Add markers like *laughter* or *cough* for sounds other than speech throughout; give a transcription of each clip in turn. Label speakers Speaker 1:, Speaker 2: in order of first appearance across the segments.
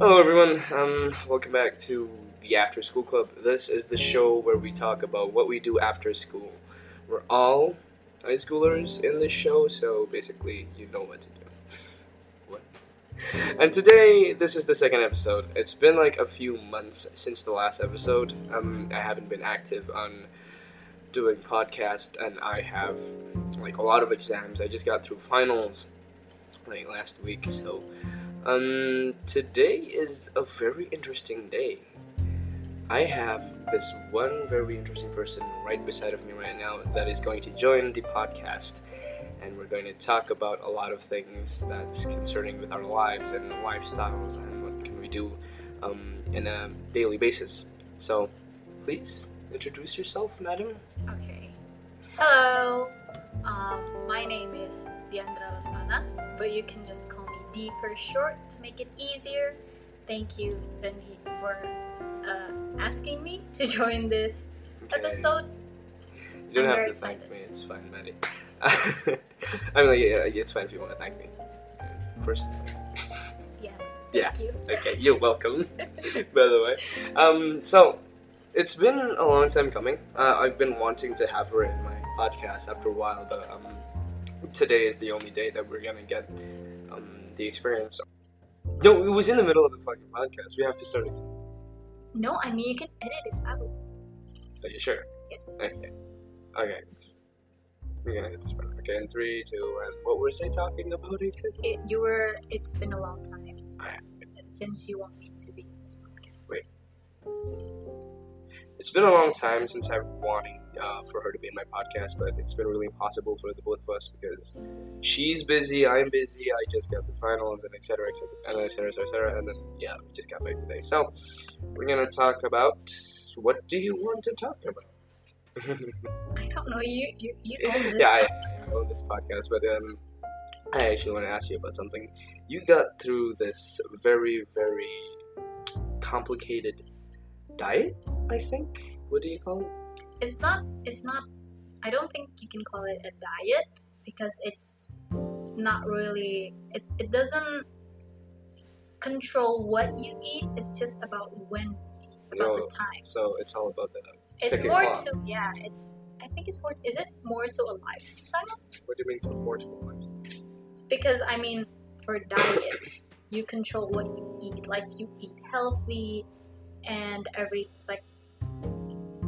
Speaker 1: Hello, everyone. Um, welcome back to the After School Club. This is the show where we talk about what we do after school. We're all high schoolers in this show, so basically, you know what to do. what? And today, this is the second episode. It's been like a few months since the last episode. Um, I haven't been active on doing podcast, and I have like a lot of exams. I just got through finals like last week, so um, today is a very interesting day. I have this one very interesting person right beside of me right now that is going to join the podcast, and we're going to talk about a lot of things that's concerning with our lives and lifestyles and what can we do um, in a daily basis. So, please introduce yourself, madam.
Speaker 2: Okay. Hello. Um, my name is Diandra Lasmana, but you can just call me D for short to make it easier. Thank you, Benji, for uh, asking me to *laughs* join this episode.
Speaker 1: You don't
Speaker 2: I'm
Speaker 1: have
Speaker 2: very
Speaker 1: to thank
Speaker 2: excited.
Speaker 1: me. It's fine, Maddie. *laughs* I mean, like, yeah, yeah, it's fine if you want to thank me. Personally.
Speaker 2: Yeah.
Speaker 1: Yeah.
Speaker 2: Thank you.
Speaker 1: Okay, you're welcome. *laughs* by the way, um, so it's been a long time coming. Uh, I've been wanting to have her in my podcast after a while, but um, today is the only day that we're gonna get um, the experience. No, it was in the middle of the fucking podcast. We have to start again.
Speaker 2: No, I mean you can edit it out.
Speaker 1: Are you sure?
Speaker 2: Yes.
Speaker 1: Okay. Okay. We're gonna get this part. Okay, in three, two, and what was I talking about again?
Speaker 2: It, you were. It's been a long time
Speaker 1: I-
Speaker 2: since you want me to be in this podcast.
Speaker 1: It's been a long time since I've wanted uh, for her to be in my podcast, but it's been really impossible for the both of us because she's busy, I'm busy, I just got the finals, and etc., etc., and etc., etc., etc., and then yeah, we just got back today. So we're gonna talk about what do you want to talk about? *laughs*
Speaker 2: I don't know. You you you own this.
Speaker 1: yeah, I, I
Speaker 2: podcast.
Speaker 1: own this podcast, but um, I actually want to ask you about something. You got through this very, very complicated diet, I think. What do you call it?
Speaker 2: it's not it's not i don't think you can call it a diet because it's not really it's, it doesn't control what you eat it's just about when you eat,
Speaker 1: No.
Speaker 2: about the time
Speaker 1: So it's all about the.
Speaker 2: it's
Speaker 1: Picking
Speaker 2: more
Speaker 1: clock.
Speaker 2: to yeah it's i think it's more is it more to a lifestyle
Speaker 1: What do you mean to force for lives?
Speaker 2: because i mean for diet you control what you eat like you eat healthy and every like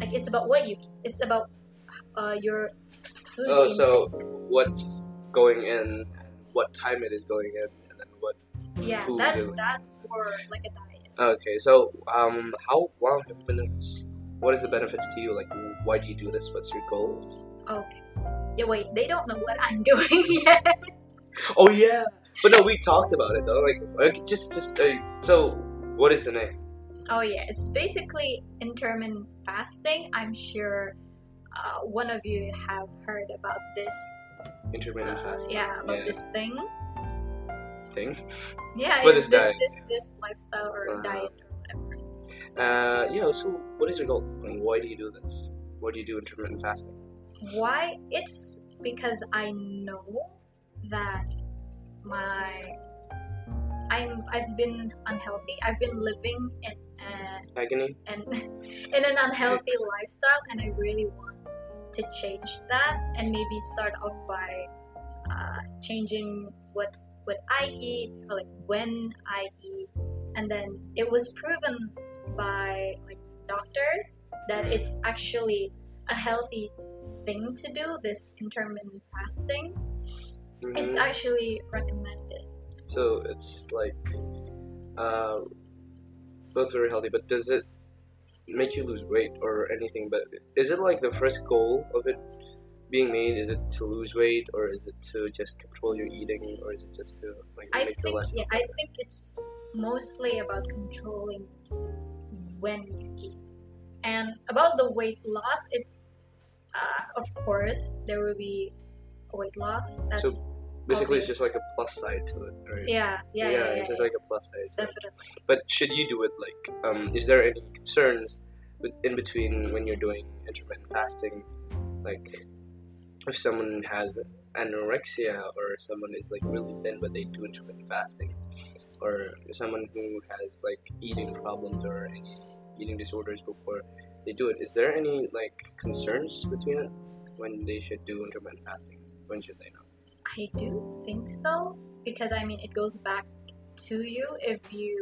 Speaker 2: like it's about what you eat it's about uh, your food
Speaker 1: Oh,
Speaker 2: intake.
Speaker 1: so what's going in, what time it is going in, and then what?
Speaker 2: Yeah,
Speaker 1: food
Speaker 2: that's
Speaker 1: really.
Speaker 2: that's for like a diet.
Speaker 1: Okay, so um, how long have you been doing this? What is the benefits to you? Like, why do you do this? What's your goals?
Speaker 2: Oh, Okay. Yeah, wait, they don't know what I'm *laughs* doing yet.
Speaker 1: Oh yeah, but no, we talked about it though. Like, okay, just just uh, so what is the name?
Speaker 2: Oh yeah, it's basically intermittent fasting. I'm sure uh, one of you have heard about this.
Speaker 1: Intermittent
Speaker 2: uh,
Speaker 1: fasting
Speaker 2: yeah, about
Speaker 1: Yeah.
Speaker 2: this thing.
Speaker 1: thing.
Speaker 2: Yeah,
Speaker 1: But
Speaker 2: it's
Speaker 1: it's
Speaker 2: this,
Speaker 1: diet,
Speaker 2: this this lifestyle or
Speaker 1: Uh-huh.
Speaker 2: diet or whatever.
Speaker 1: Uh, yeah. So what is your goal? And why do you do this? Why do you do intermittent fasting?
Speaker 2: Why? It's because I know that my I'm I've been unhealthy. I've been living in an
Speaker 1: Agony.
Speaker 2: and *laughs* in an unhealthy lifestyle and i really want to change that and maybe start off by uh, changing what what i eat or like when i eat and then it was proven by like doctors that
Speaker 1: Mhm.
Speaker 2: it's actually a healthy thing to do this intermittent fasting
Speaker 1: Mhm.
Speaker 2: it's actually recommended
Speaker 1: So it's like uh, both very healthy, but does it make you lose weight or anything? But is it like the first goal of it being made? Is it to lose weight or is it to just control your eating or is it just to like
Speaker 2: I
Speaker 1: make your
Speaker 2: think
Speaker 1: lifestyle?
Speaker 2: yeah, I think it's mostly about controlling when you eat. And about the weight loss, it's uh, of course there will be a weight loss. That's
Speaker 1: So Basically, it's just like
Speaker 2: obvious.
Speaker 1: a plus side to it, right?
Speaker 2: yeah, yeah, yeah, yeah,
Speaker 1: it's just like a plus side. To it.
Speaker 2: definitely.
Speaker 1: But should you do it like? Um, is there any concerns with, in between when you're doing intermittent fasting? Like, if someone has anorexia or someone is like really thin but they do intermittent fasting, or someone who has like eating problems or any eating disorders before they do it, is there any like concerns between it when they should do intermittent fasting? When should they not?
Speaker 2: I do think so because I mean it goes back to you if you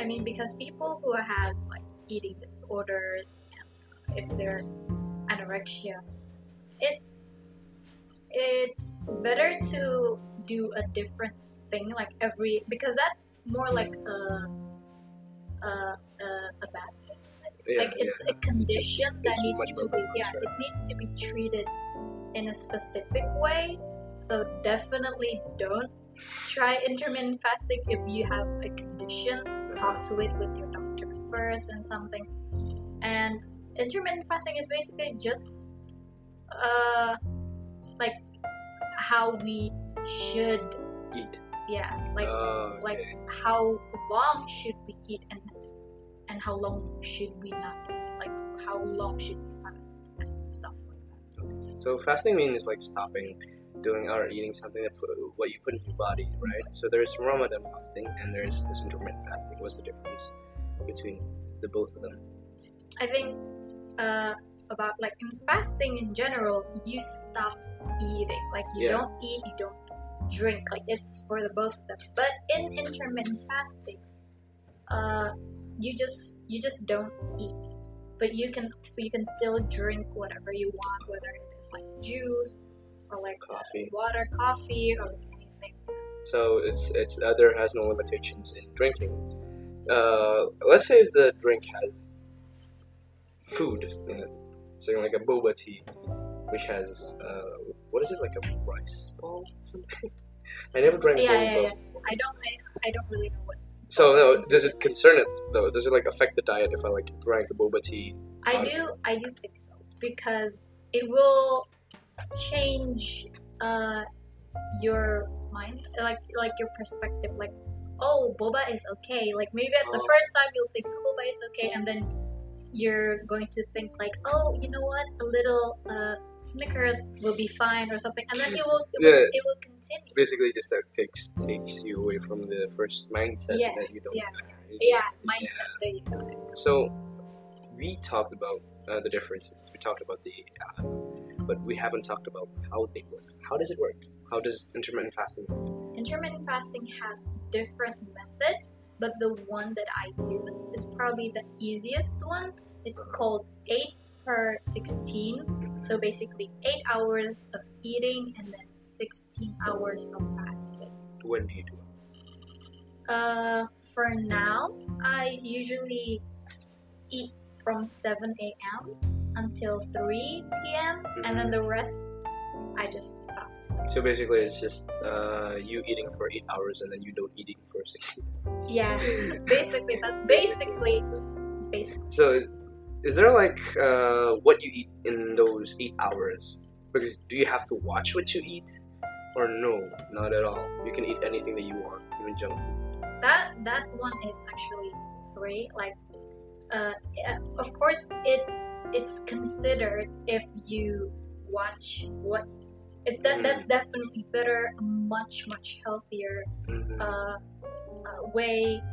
Speaker 2: I mean because people who have like eating disorders and if they're anorexia it's it's better to do a different thing like every because that's more like a a, a, a bad thing
Speaker 1: Yeah,
Speaker 2: like it's
Speaker 1: yeah.
Speaker 2: a condition that
Speaker 1: It's
Speaker 2: needs
Speaker 1: much
Speaker 2: to
Speaker 1: more
Speaker 2: be yeah
Speaker 1: complex,
Speaker 2: it needs to be treated in a specific way so definitely don't try intermittent fasting if you have a condition talk to it with your doctor first and something and intermittent fasting is basically just uh like how we should
Speaker 1: Eat.
Speaker 2: yeah like
Speaker 1: Oh,
Speaker 2: like
Speaker 1: okay.
Speaker 2: how long should we eat and and how long should we not eat? Like how long should we fast and stuff like that.
Speaker 1: So fasting means like stopping doing or eating something that put, what you put in your body, right? So there's Ramadan fasting and there's this intermittent fasting. What's the difference between the both of them?
Speaker 2: I think uh, about like in fasting in general, you stop eating. Like you
Speaker 1: Yeah.
Speaker 2: don't eat, you don't drink. Like it's for the both of them. But in intermittent fasting, uh, you just you just don't eat, but you can you can still drink whatever you want, whether it's like juice or like uh,
Speaker 1: Coffee.
Speaker 2: water, coffee, or anything.
Speaker 1: So it's it's uh, there has no limitations in drinking. Uh, let's say if the drink has food in it, so like a boba tea, which has uh, what is it like a rice ball or something? *laughs* I never drank
Speaker 2: Yeah,
Speaker 1: boba.
Speaker 2: yeah, yeah. I don't I, I don't really know what.
Speaker 1: So no, does it concern it though? Does it like affect the diet if I like drank boba tea?
Speaker 2: I
Speaker 1: Okay.
Speaker 2: do I do think so because it will change uh your mind like like your perspective like oh boba is okay like maybe at the
Speaker 1: Oh.
Speaker 2: first time you'll think boba is okay and then you're going to think like oh you know what a little uh Snickers will be fine or something and then it will it, will,
Speaker 1: Yeah.
Speaker 2: it will continue
Speaker 1: Basically, just that takes takes you away from the first mindset
Speaker 2: Yeah,
Speaker 1: that you don't.
Speaker 2: yeah.
Speaker 1: have.
Speaker 2: yeah mindset there you go
Speaker 1: So, we talked about uh, the differences. We talked about the app, but we haven't talked about how they work. How does it work? How does intermittent fasting work?
Speaker 2: Intermittent fasting has different methods, but the one that I use is probably the easiest one. It's called 8 per 16. So basically, 8 hours of eating and then 16 hours of fasting.
Speaker 1: When do you do it?
Speaker 2: Uh, for now, I usually eat from 7 a.m. until 3 p.m., and then the rest I just fast.
Speaker 1: So basically, it's just uh, you eating for eight hours and then you don't eating for six.
Speaker 2: Yeah, *laughs*
Speaker 1: *laughs*
Speaker 2: basically, that's basically. Basically.
Speaker 1: So, is, is there like uh, what you eat in those eight hours? Because do you have to watch what you eat, or no, not at all? You can eat anything that you want, even junk. food.
Speaker 2: that that one is actually free like uh yeah, of course it it's considered if you watch what it's that
Speaker 1: Mm.
Speaker 2: that's definitely better a much much healthier
Speaker 1: Mhm.
Speaker 2: uh, uh way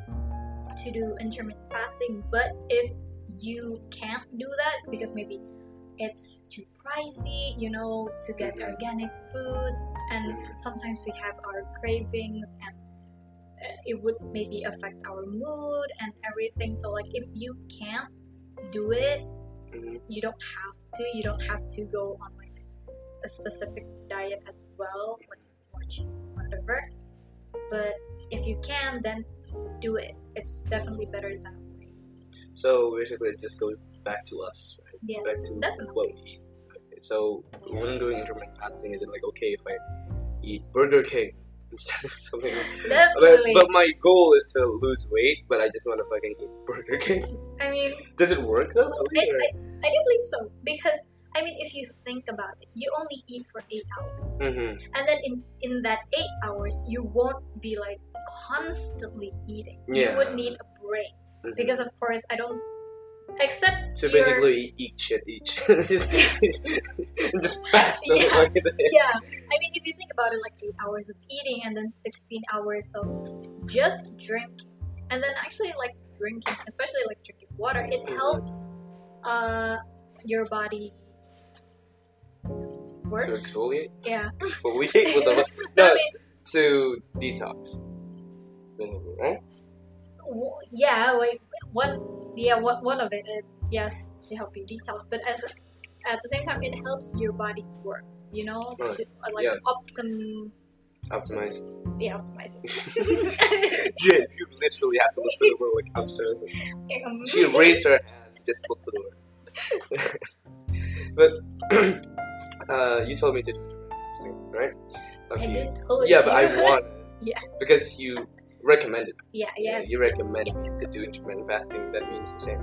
Speaker 2: to do intermittent fasting but if you can't do that because maybe it's too pricey you know to get
Speaker 1: Mhm.
Speaker 2: organic food and
Speaker 1: Mhm.
Speaker 2: sometimes we have our cravings and uh, it would maybe affect our mood and everything so like if you can't do it
Speaker 1: Mhm.
Speaker 2: you don't have to you don't have to go on like a specific diet as well like watching whatever but if you can then do it it's definitely better that way
Speaker 1: So basically, it just goes back to us, right?
Speaker 2: yes
Speaker 1: back to
Speaker 2: definitely
Speaker 1: what we eat. Okay, so when I'm doing intermittent fasting, is it like okay if I eat Burger King *laughs* instead of something? Else? But,
Speaker 2: definitely
Speaker 1: but my goal is to lose weight, but I just want to fucking eat Burger King. *laughs*
Speaker 2: i mean
Speaker 1: Does it work though?
Speaker 2: I, I, I do believe so because i mean if you think about it you only eat for eight hours
Speaker 1: hmm
Speaker 2: and then in in that eight hours you won't be like constantly eating you
Speaker 1: Yeah.
Speaker 2: would need a break because of course i don't Except
Speaker 1: So
Speaker 2: you're-
Speaker 1: basically, you eat shit *laughs* each. just,
Speaker 2: *laughs*
Speaker 1: just fast the
Speaker 2: Yeah.
Speaker 1: way there.
Speaker 2: yeah. I mean, if you think about it, like eight hours of eating and then 16 hours of just drinking, and then actually like drinking, especially like drinking water, it helps uh your body work.
Speaker 1: To exfoliate?
Speaker 2: yeah.
Speaker 1: Exfoliate
Speaker 2: *laughs*
Speaker 1: with the.
Speaker 2: I
Speaker 1: No,
Speaker 2: mean,
Speaker 1: to detox. Basically, Right?
Speaker 2: w- yeah. Wait. One. Yeah. What? One of it is yes to help you detox, but as at the same time, it helps your body works. You know,
Speaker 1: Right.
Speaker 2: to, uh, like
Speaker 1: Yeah.
Speaker 2: optim. *laughs*
Speaker 1: Optimize. *laughs*
Speaker 2: Yeah, optimize. *laughs*
Speaker 1: yeah, you literally have to look for the word like upstairs. *laughs*
Speaker 2: *laughs*
Speaker 1: She raised her hand just looked for the *laughs* word. but *clears throat* uh, you told me to do this thing, right? A
Speaker 2: I
Speaker 1: few-
Speaker 2: didn't totally
Speaker 1: Yeah, but
Speaker 2: *laughs* do.
Speaker 1: I want.
Speaker 2: Yeah.
Speaker 1: Because you recommended.
Speaker 2: Yeah,
Speaker 1: Yeah,
Speaker 2: yes.
Speaker 1: you
Speaker 2: yes,
Speaker 1: recommend
Speaker 2: yeah.
Speaker 1: to do intermittent fasting. That means the same.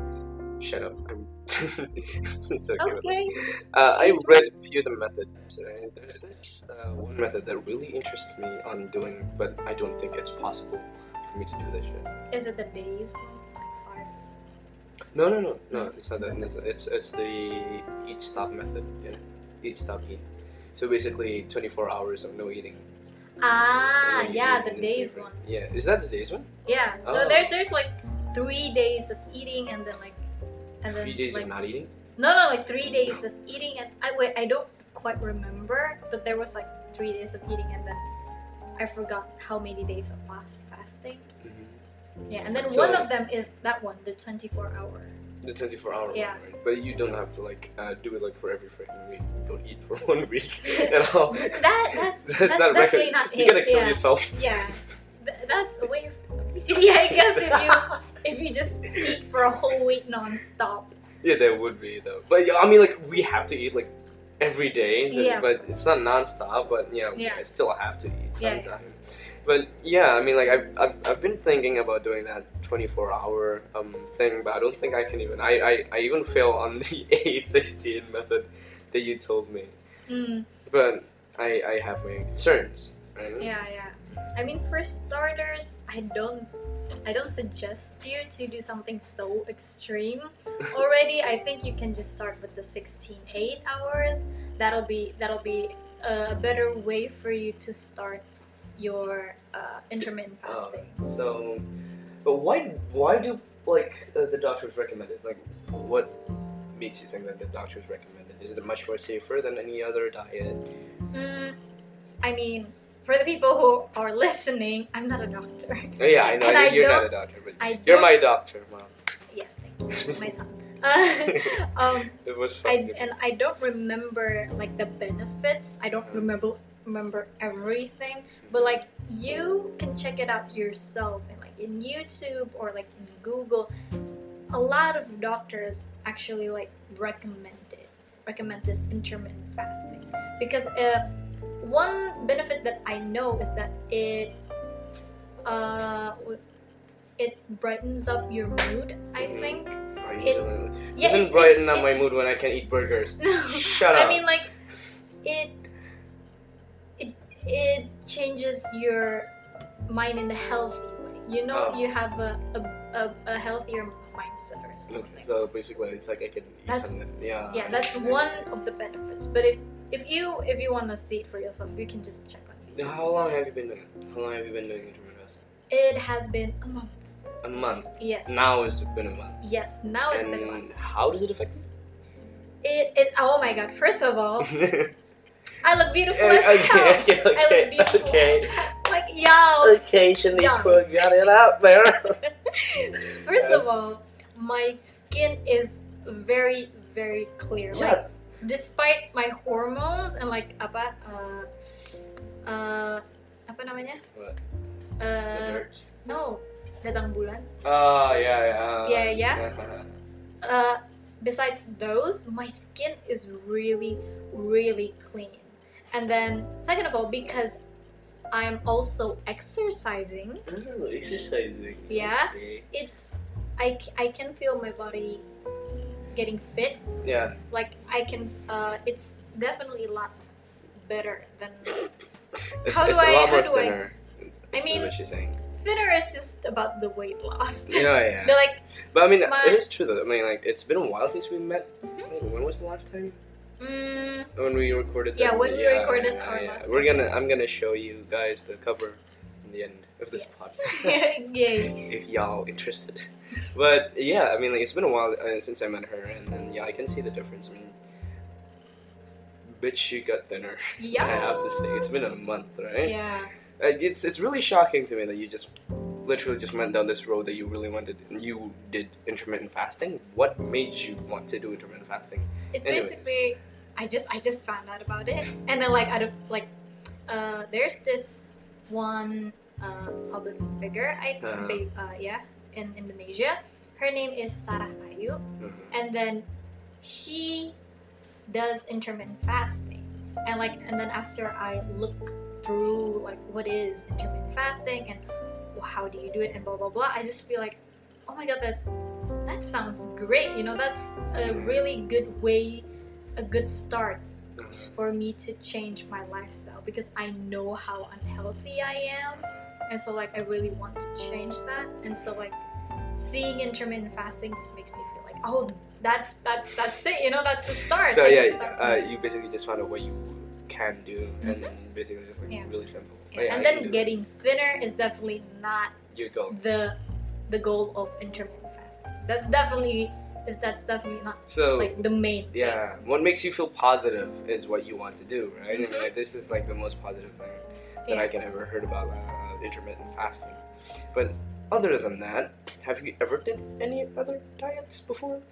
Speaker 1: Shut up. I'm *laughs* it's okay. with me.
Speaker 2: Okay.
Speaker 1: Uh, I
Speaker 2: Yes.
Speaker 1: read a few of the methods. and There's this uh, one method that really interests me on doing, but I don't think it's possible for me to do this shit.
Speaker 2: Is it the days one?
Speaker 1: No, no, no, no.
Speaker 2: Hmm.
Speaker 1: It's not that. It's it's, it's the eat stop method. Yeah, eat stop eat. So basically, 24 hours of no eating.
Speaker 2: Ah,
Speaker 1: and then you
Speaker 2: yeah,
Speaker 1: eat
Speaker 2: the
Speaker 1: and then
Speaker 2: days
Speaker 1: 24
Speaker 2: one.
Speaker 1: Yeah, is that the days one?
Speaker 2: Yeah. So
Speaker 1: Oh.
Speaker 2: there's there's like three days of eating and then like and then
Speaker 1: Three days
Speaker 2: like
Speaker 1: of not eating.
Speaker 2: no no like three days of eating and I wait I don't quite remember but there was like three days of eating and then I forgot how many days of fast fasting.
Speaker 1: Mm-hmm.
Speaker 2: Yeah, and then
Speaker 1: So-
Speaker 2: one of them is that one, the 24 hour.
Speaker 1: The 24 hour
Speaker 2: Yeah.
Speaker 1: one, right? But you don't have to like uh, do it like for every freaking week. You don't eat for *laughs* one
Speaker 2: *laughs*
Speaker 1: week at all. *laughs*
Speaker 2: That that's
Speaker 1: That's
Speaker 2: that's,
Speaker 1: not record-
Speaker 2: definitely
Speaker 1: *laughs*
Speaker 2: not
Speaker 1: You
Speaker 2: it.
Speaker 1: gotta kill
Speaker 2: yeah.
Speaker 1: yourself.
Speaker 2: *laughs* Yeah, Th- that's a way. Of, *laughs* yeah, I guess *laughs* if you if you just eat for a whole week nonstop.
Speaker 1: *laughs* Yeah, there would be though. But yeah, I mean, like we have to eat like every day. th-
Speaker 2: Yeah.
Speaker 1: But it's not nonstop. But yeah,
Speaker 2: Yeah.
Speaker 1: I still have to eat
Speaker 2: Yeah, yeah.
Speaker 1: sometimes. But yeah, I mean, like I've, I've I've been thinking about doing that 24 hour um thing, but I don't think I can even. I I, I even fail on the *laughs* 816 method that you told me.
Speaker 2: Mm,
Speaker 1: But I I have my concerns. Right?
Speaker 2: yeah, yeah. I mean, for starters, I don't I don't suggest you to do something so *laughs* extreme. Already, I think you can just start with the 16 8 hours. That'll be that'll be a better way for you to start your uh, intermittent
Speaker 1: Oh.
Speaker 2: fasting.
Speaker 1: So, but why why do like uh, the doctors recommend it? Like, what makes you think that the doctors recommend it? Is it much more safer than any other diet?
Speaker 2: Mm, I mean, for the people who are listening, I'm not a doctor. *laughs*
Speaker 1: Oh, yeah, I know
Speaker 2: And I
Speaker 1: you're not
Speaker 2: don't-
Speaker 1: a doctor, but
Speaker 2: I
Speaker 1: you're
Speaker 2: don't-
Speaker 1: my doctor,
Speaker 2: *laughs*
Speaker 1: mom. *laughs*
Speaker 2: yes, thank you, my son. Uh, *laughs* um,
Speaker 1: It was
Speaker 2: I
Speaker 1: fun.
Speaker 2: and I don't remember like the benefits. I don't remember remember everything, but like you can check it out yourself and like in YouTube or like in Google. A lot of doctors actually like recommend it. Recommend this intermittent fasting because uh, one benefit that I know is that it uh w- it brightens up your mood. I
Speaker 1: Mhm.
Speaker 2: think.
Speaker 1: Are you
Speaker 2: it-
Speaker 1: doing it?
Speaker 2: Yeah, it's-
Speaker 1: Doesn't
Speaker 2: it-
Speaker 1: brighten up
Speaker 2: it-
Speaker 1: my mood when I can eat
Speaker 2: *laughs*
Speaker 1: burgers.
Speaker 2: No.
Speaker 1: *laughs* Shut up.
Speaker 2: I mean, like it, it, it changes your mind in a healthy way. You know,
Speaker 1: Oh.
Speaker 2: you have a, a, a, a healthier mindset or something.
Speaker 1: Okay, so uh, basically, it's like I can eat
Speaker 2: That's-
Speaker 1: something. Yeah.
Speaker 2: yeah, that's one of the benefits. But if if you if you want to see it for yourself, you can just check on
Speaker 1: Then
Speaker 2: YouTube.
Speaker 1: How long have you been doing? it? How long have you been doing intermittent fasting?
Speaker 2: It has been a month.
Speaker 1: A month.
Speaker 2: Yes.
Speaker 1: Now it's been a month.
Speaker 2: Yes. Now it's
Speaker 1: and
Speaker 2: been a month.
Speaker 1: how does it affect you?
Speaker 2: It, it. Oh my God! First of
Speaker 1: *laughs*
Speaker 2: all, *laughs*
Speaker 1: okay,
Speaker 2: I look beautiful as hell.
Speaker 1: okay, okay,
Speaker 2: I look
Speaker 1: okay,
Speaker 2: beautiful.
Speaker 1: okay. Uh,
Speaker 2: as hell. Like
Speaker 1: *laughs*
Speaker 2: yo.
Speaker 1: Okay, Shaniqua
Speaker 2: Yeah.
Speaker 1: got it out
Speaker 2: *laughs*
Speaker 1: there. Uh,
Speaker 2: First
Speaker 1: Yeah.
Speaker 2: of all, my skin is very very clear. Like
Speaker 1: yeah,
Speaker 2: despite my hormones and like apa uh uh apa namanya?
Speaker 1: What?
Speaker 2: Uh no, datang bulan.
Speaker 1: Oh, yeah, yeah.
Speaker 2: Yeah, yeah. Uh besides those, my skin is really really clean. And then second of all because I'm also exercising,
Speaker 1: Oh, exercising.
Speaker 2: Yeah.
Speaker 1: Okay.
Speaker 2: it's I, c- I can feel my body getting fit
Speaker 1: Yeah.
Speaker 2: like I can uh it's definitely a lot better than
Speaker 1: It's,
Speaker 2: How do
Speaker 1: it's a
Speaker 2: I-
Speaker 1: lot
Speaker 2: how
Speaker 1: more
Speaker 2: do I
Speaker 1: thinner.
Speaker 2: ex-
Speaker 1: It's-
Speaker 2: I
Speaker 1: it's
Speaker 2: mean-
Speaker 1: what she's saying.
Speaker 2: thinner is just about the weight loss. *laughs*
Speaker 1: Yeah, yeah.
Speaker 2: They're like
Speaker 1: But I mean,
Speaker 2: But-
Speaker 1: it is true though. I mean, like it's been a while since we met.
Speaker 2: Mhm.
Speaker 1: When was the last time
Speaker 2: Mm,
Speaker 1: when we recorded?
Speaker 2: Yeah,
Speaker 1: that-
Speaker 2: when we recorded our last
Speaker 1: We're gonna. I'm gonna show you guys the cover in the end of this podcast. *laughs*
Speaker 2: *laughs* yes. Yay.
Speaker 1: if y'all interested. But yeah, I mean, like, it's been a while uh, since I met her, and then yeah, I can see the difference. I mean, bitch, she got thinner. *laughs*
Speaker 2: Yeah.
Speaker 1: I have to say, it's been a month, right?
Speaker 2: Yeah.
Speaker 1: Uh, It's it's really shocking to me that you just literally just went down this road that you really wanted. You did intermittent fasting. What made you want to do intermittent fasting?
Speaker 2: It's
Speaker 1: Anyways.
Speaker 2: basically I just I just found out about it, and then like out of like uh, there's this one uh, public figure I
Speaker 1: Uh-huh.
Speaker 2: ba- uh, yeah in Indonesia. Her name is Sarah Ayu,
Speaker 1: Mhm.
Speaker 2: and then she does intermittent fasting and like and then after i look through like what is intermittent fasting and wh- how do you do it and blah blah blah i just feel like oh my god that's that sounds great you know that's a really good way a good start
Speaker 1: Mm-hmm.
Speaker 2: for me to change my lifestyle because i know how unhealthy i am and so like i really want to change that and so like seeing intermittent fasting just makes me feel like oh that's that that's it you know that's the start
Speaker 1: So
Speaker 2: I can
Speaker 1: yeah,
Speaker 2: start from
Speaker 1: uh,
Speaker 2: there.
Speaker 1: you basically just found out what you can do, and basically just like
Speaker 2: Mm-hmm. Yeah.
Speaker 1: really simple.
Speaker 2: Yeah,
Speaker 1: Oh, yeah,
Speaker 2: and
Speaker 1: I can
Speaker 2: then
Speaker 1: do
Speaker 2: getting Mm-hmm.
Speaker 1: this.
Speaker 2: thinner is definitely not
Speaker 1: your goal.
Speaker 2: the the goal of intermittent fasting that's definitely is that's definitely not
Speaker 1: So
Speaker 2: like the main thing.
Speaker 1: Oh, Yeah, what makes you feel positive is what you want to do, right? I
Speaker 2: Mhm.
Speaker 1: mean, like, this is like the most positive thing that I can
Speaker 2: Yes.
Speaker 1: ever heard about uh, intermittent fasting. But other than that, have you ever did any other diets before?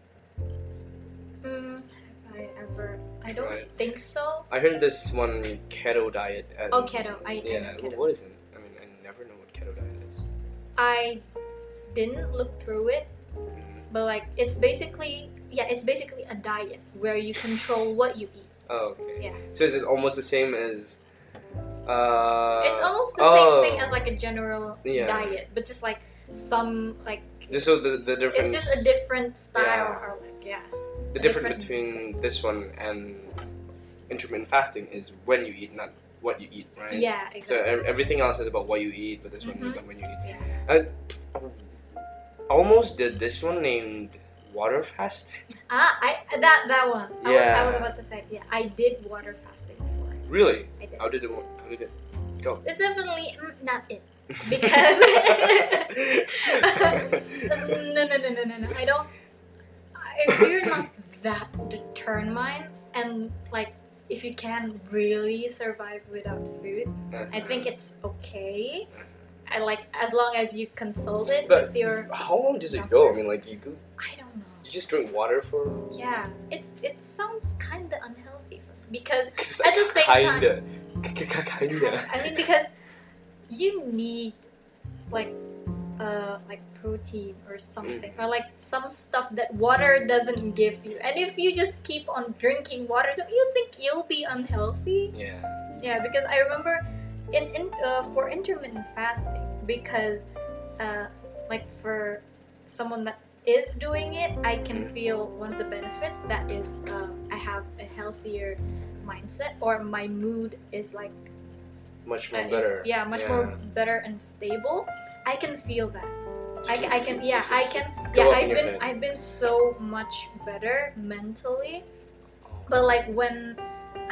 Speaker 2: Mm, have I ever I don't
Speaker 1: Right.
Speaker 2: think so
Speaker 1: I heard this one keto diet. And,
Speaker 2: oh keto I
Speaker 1: Yeah,
Speaker 2: keto.
Speaker 1: what is it? I mean, I never know what keto diet is.
Speaker 2: I didn't look through it
Speaker 1: Mhm.
Speaker 2: but like it's basically yeah it's basically a diet where you control what you eat
Speaker 1: Oh, okay.
Speaker 2: Yeah.
Speaker 1: So is it almost the same as? Uh,
Speaker 2: it's almost the
Speaker 1: oh.
Speaker 2: same thing as like a general
Speaker 1: Yeah.
Speaker 2: diet but just like some like
Speaker 1: So the the difference.
Speaker 2: it's just a different style
Speaker 1: Yeah.
Speaker 2: or like yeah
Speaker 1: The difference
Speaker 2: different-
Speaker 1: between this one and intermittent fasting is when you eat, not what you eat, right?
Speaker 2: yeah
Speaker 1: So
Speaker 2: exactly
Speaker 1: e- everything else is about what you eat, but this one
Speaker 2: Mhm.
Speaker 1: is about when you eat.
Speaker 2: yeah.
Speaker 1: I almost did this one named water fast.
Speaker 2: Ah, I that that one. I, was, I was
Speaker 1: Yeah.
Speaker 2: about to say, yeah, I did water fasting before.
Speaker 1: Really?
Speaker 2: I did.
Speaker 1: How did it? wo- How did it?
Speaker 2: It's definitely mm, not it
Speaker 1: *laughs*
Speaker 2: because no no no no no no. I don't. If you're not that determined and like if you can really survive without food, *laughs* I think it's okay. I like as long as you consult it
Speaker 1: But-
Speaker 2: with your.
Speaker 1: How long does it go? I mean, like you go,
Speaker 2: I don't know.
Speaker 1: you just drink water for.
Speaker 2: Yeah, it's it sounds kind of unhealthy for me because
Speaker 1: *laughs* 'Cause
Speaker 2: At the same time-
Speaker 1: kinda, time.
Speaker 2: *laughs*
Speaker 1: Kinda.
Speaker 2: I mean, because you need like uh like protein or something, or like some stuff that water doesn't give you. And if you just keep on drinking water, don't you think you'll be unhealthy?
Speaker 1: Yeah.
Speaker 2: Yeah, because I remember in in uh, for intermittent fasting because uh like for someone that is doing it, I can
Speaker 1: Mhm.
Speaker 2: feel one of the benefits that is uh, I have a healthier mindset or my mood is like
Speaker 1: Much
Speaker 2: uh,
Speaker 1: more
Speaker 2: it's-
Speaker 1: better.
Speaker 2: yeah much more better and stable i can feel that i, ca- I can yeah i can
Speaker 1: Go
Speaker 2: yeah
Speaker 1: up in
Speaker 2: i've
Speaker 1: your
Speaker 2: been
Speaker 1: head.
Speaker 2: i've been so much better mentally
Speaker 1: Oh.
Speaker 2: but like when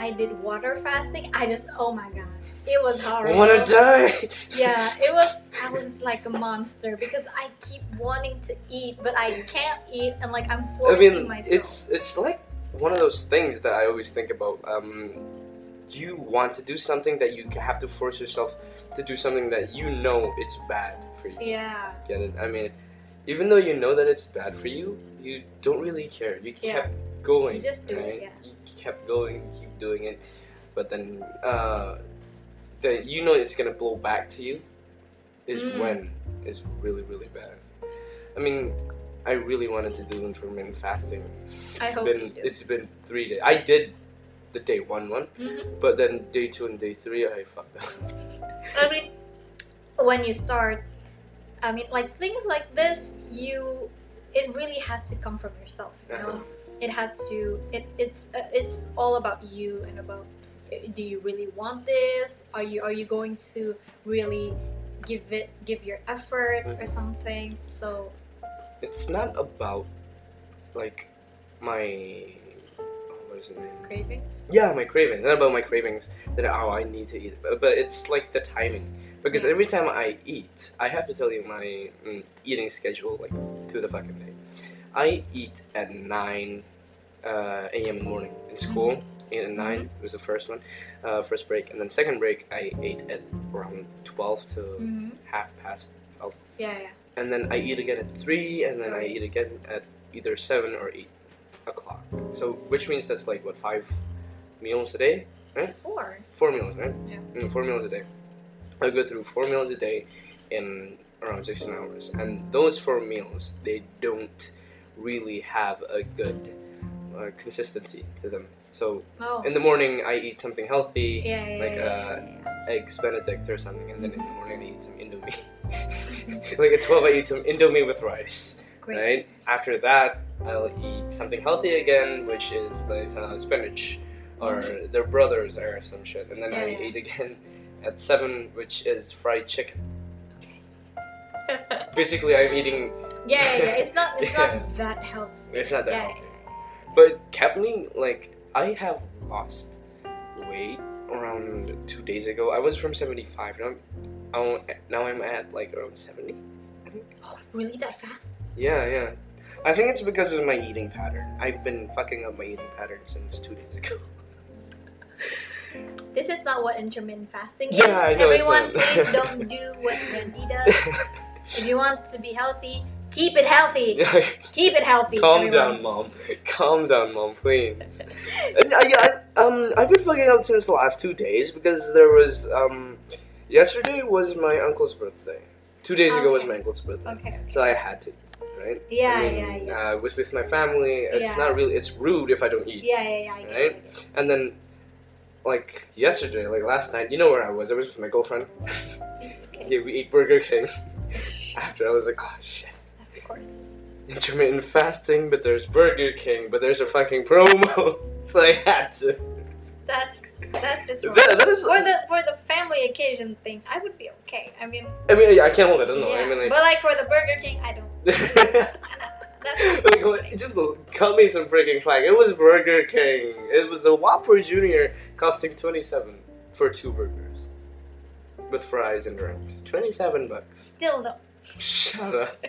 Speaker 2: i did water fasting i just oh my god it was
Speaker 1: I
Speaker 2: horrible
Speaker 1: wanna die.
Speaker 2: *laughs* yeah it was i was like a monster because i keep wanting to eat but i can't eat and like i'm
Speaker 1: *laughs* I
Speaker 2: forcing
Speaker 1: mean,
Speaker 2: myself
Speaker 1: it's it's like one of those things that I always think about. Um, you want to do something that you have to force yourself to do something that you know it's bad for you.
Speaker 2: yeah
Speaker 1: Get it? I mean, even though you know that it's bad for you, you don't really care. You kept
Speaker 2: Yeah.
Speaker 1: going.
Speaker 2: You just do it,
Speaker 1: right?
Speaker 2: yeah.
Speaker 1: You kept going. You keep doing it, but then uh, the you know it's gonna blow back to you. Is
Speaker 2: Mm.
Speaker 1: when is really really bad. I mean, I really wanted to do intermittent fasting. It's
Speaker 2: I hope
Speaker 1: been
Speaker 2: you do.
Speaker 1: it's been three days. I did the day one one,
Speaker 2: Mhm.
Speaker 1: but then day two and day three I fucked up.
Speaker 2: I mean, when you start, I mean, like things like this, you, it really has to come from yourself. You know, it has to. It it's uh, it's all about you and about. uh, Do you really want this? Are you are you going
Speaker 1: Mm-hmm.
Speaker 2: to really give it give your effort or something? So
Speaker 1: it's not about like my oh, what is the name?
Speaker 2: Cravings?
Speaker 1: Yeah, my cravings. Not about my cravings that oh I need to eat, but, but it's like the timing because
Speaker 2: Yeah.
Speaker 1: every time I eat, I have to tell you my mm, eating schedule like to the fucking day. I eat at nine uh, a.m. in the morning in school. Eight and 9 was the first one, uh, first break, and then second break I ate at around twelve to
Speaker 2: Mm-hmm.
Speaker 1: half past
Speaker 2: Yeah, yeah.
Speaker 1: and then I eat again at three, and then I eat again at either seven or eight o'clock. So, which means that's like what five meals a day,
Speaker 2: Four.
Speaker 1: four meals, right?
Speaker 2: Yeah.
Speaker 1: Mm, Four meals a day. I go through four meals a day in around sixteen hours, and those four meals they don't really have a good uh, consistency to them. So
Speaker 2: Oh.
Speaker 1: in the morning I eat something healthy,
Speaker 2: yeah, yeah,
Speaker 1: like, uh,
Speaker 2: yeah, yeah, yeah.
Speaker 1: eggs Benedict or something, and then in the morning I eat some Indomie. *laughs* like at 12, I eat some Indomie with rice,
Speaker 2: Great.
Speaker 1: right? After that, I'll eat something healthy again, which is like uh, spinach or their brothers or some shit. And then I
Speaker 2: Mm-hmm. Yeah, yeah.
Speaker 1: eat again *laughs* at 7, which is fried chicken.
Speaker 2: yeah,
Speaker 1: Basically, I'm eating,
Speaker 2: *laughs* yeah, yeah. It's not, it's
Speaker 1: Yeah. *laughs*
Speaker 2: not that healthy.
Speaker 1: it's not that
Speaker 2: Yeah,
Speaker 1: healthy. But Kathleen, like, I have lost weight around two days ago. I was from 75, now I'm, I'm, now I'm at like around 70.
Speaker 2: Oh, really that fast?
Speaker 1: Yeah, yeah. I think it's because of my eating pattern. I've been fucking up my eating pattern since two days
Speaker 2: *laughs*
Speaker 1: ago. *laughs*
Speaker 2: This is not what intermittent fasting is.
Speaker 1: Yeah, I know, it's
Speaker 2: Everyone,
Speaker 1: not. *laughs*
Speaker 2: please don't do what Wendy does. If you want to be healthy, keep it healthy. Keep it healthy.
Speaker 1: Calm down,
Speaker 2: everyone.
Speaker 1: mom. *laughs* Calm down, mom,
Speaker 2: *laughs*
Speaker 1: please. And I, I, um, I've been fucking up since the last two days because there was um, yesterday was my uncle's birthday. Two days ago was
Speaker 2: Okay.
Speaker 1: my uncle's birthday,
Speaker 2: Okay.
Speaker 1: so I had to, right?
Speaker 2: Yeah,
Speaker 1: I mean,
Speaker 2: yeah, yeah.
Speaker 1: Uh, it was with my family. It's
Speaker 2: Yeah.
Speaker 1: not really. It's rude if I don't eat.
Speaker 2: Yeah, yeah, yeah. I get it, I get it.
Speaker 1: And then, like yesterday, like last night, you know where I was? I was with my girlfriend.
Speaker 2: Okay.
Speaker 1: yeah, we ate Burger King. *laughs* After I was like, oh shit,
Speaker 2: Of course.
Speaker 1: intermittent fasting, but there's Burger King, but there's a fucking promo, *laughs* so I had to.
Speaker 2: That's that's just wrong.
Speaker 1: That, that is.
Speaker 2: for the for the family occasion thing, I would be okay. I mean,
Speaker 1: I mean, I can't hold it. I don't know.
Speaker 2: yeah.
Speaker 1: I mean, like,
Speaker 2: but like for the Burger King, I don't.
Speaker 1: *laughs*
Speaker 2: That's
Speaker 1: like, what- just cut me some freaking flag. It was Burger King. It was a Whopper Junior costing twenty seven for two burgers, with fries and drinks. Twenty seven bucks. *laughs*
Speaker 2: still no.
Speaker 1: Shut up.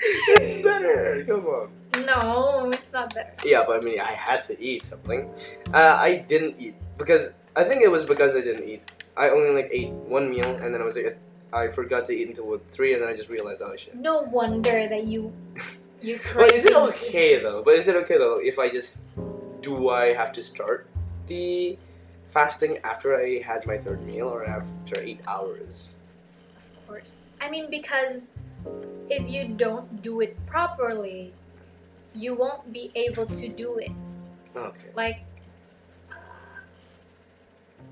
Speaker 1: It's better. Come on.
Speaker 2: *laughs* No, it's not better.
Speaker 1: Yeah, but I mean, I had to eat something. Uh, I didn't eat because I think it was because I didn't eat. I only like ate one meal, and then I was like, I forgot to eat until three, and then I just realized, oh shit.
Speaker 2: No wonder that you
Speaker 1: *laughs*
Speaker 2: you.
Speaker 1: But is it
Speaker 2: cravings is
Speaker 1: okay
Speaker 2: worse.
Speaker 1: though? But is it okay though if I just do I have to start the fasting after I had my third meal or after eight hours?
Speaker 2: Of course. I mean, because if you don't do it properly, you won't be able to do it.
Speaker 1: Okay.
Speaker 2: like uh,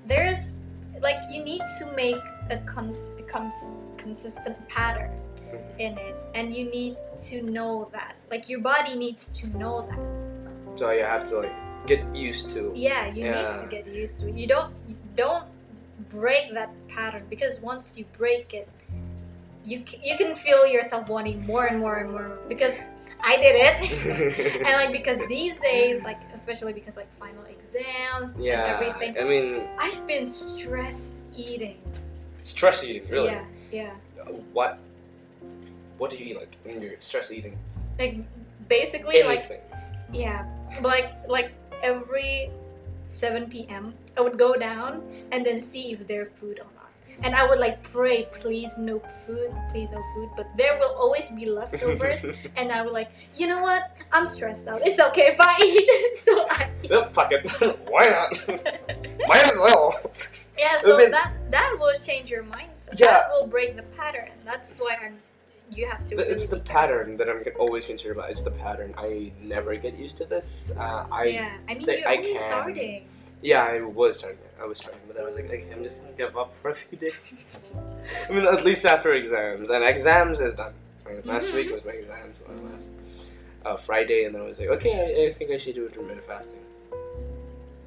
Speaker 2: there's like you need to make a cons- a cons- consistent pattern in it and you need to know that like your body needs to know that
Speaker 1: So I have to like get used to.
Speaker 2: *laughs* yeah you need
Speaker 1: Yeah.
Speaker 2: to get used to it you don't you don't break that pattern because once you break it you c- you can feel yourself wanting more and more and more because i
Speaker 1: *laughs*
Speaker 2: did it and like because these days like especially because like final exams
Speaker 1: *laughs* yeah.
Speaker 2: and everything
Speaker 1: I mean,
Speaker 2: I've been stress eating.
Speaker 1: stress eating really.
Speaker 2: Yeah, yeah.
Speaker 1: what what do you eat like when you're stress eating
Speaker 2: Like basically, like
Speaker 1: anything
Speaker 2: yeah, but like like every 7 p.m. I would go down and then see if there's food or not, and I would like pray, please no food, please no food. But there will always be
Speaker 1: *laughs*
Speaker 2: leftovers, and I would like, you know what? I'm stressed out. It's okay if I eat. *laughs* so I eat.
Speaker 1: Nope, fuck it *laughs* why not might as well
Speaker 2: Yeah, so
Speaker 1: mean-
Speaker 2: that that will change your mindset.
Speaker 1: Yeah.
Speaker 2: That will break the pattern. That's why I'm. You have to.
Speaker 1: But it's
Speaker 2: really
Speaker 1: the
Speaker 2: be careful.
Speaker 1: pattern that i'm always concerned about it's the pattern i never get used to this uh, i yeah.
Speaker 2: yeah, I mean,
Speaker 1: that
Speaker 2: you're
Speaker 1: I
Speaker 2: only
Speaker 1: can-
Speaker 2: starting.
Speaker 1: i was starting it i was starting but i was like okay, i'm just gonna give up for a few days i mean at least after exams and exams is done Right, last
Speaker 2: Mhm.
Speaker 1: week was my exams on last uh, friday and then i was like okay I, I think i should do intermittent fasting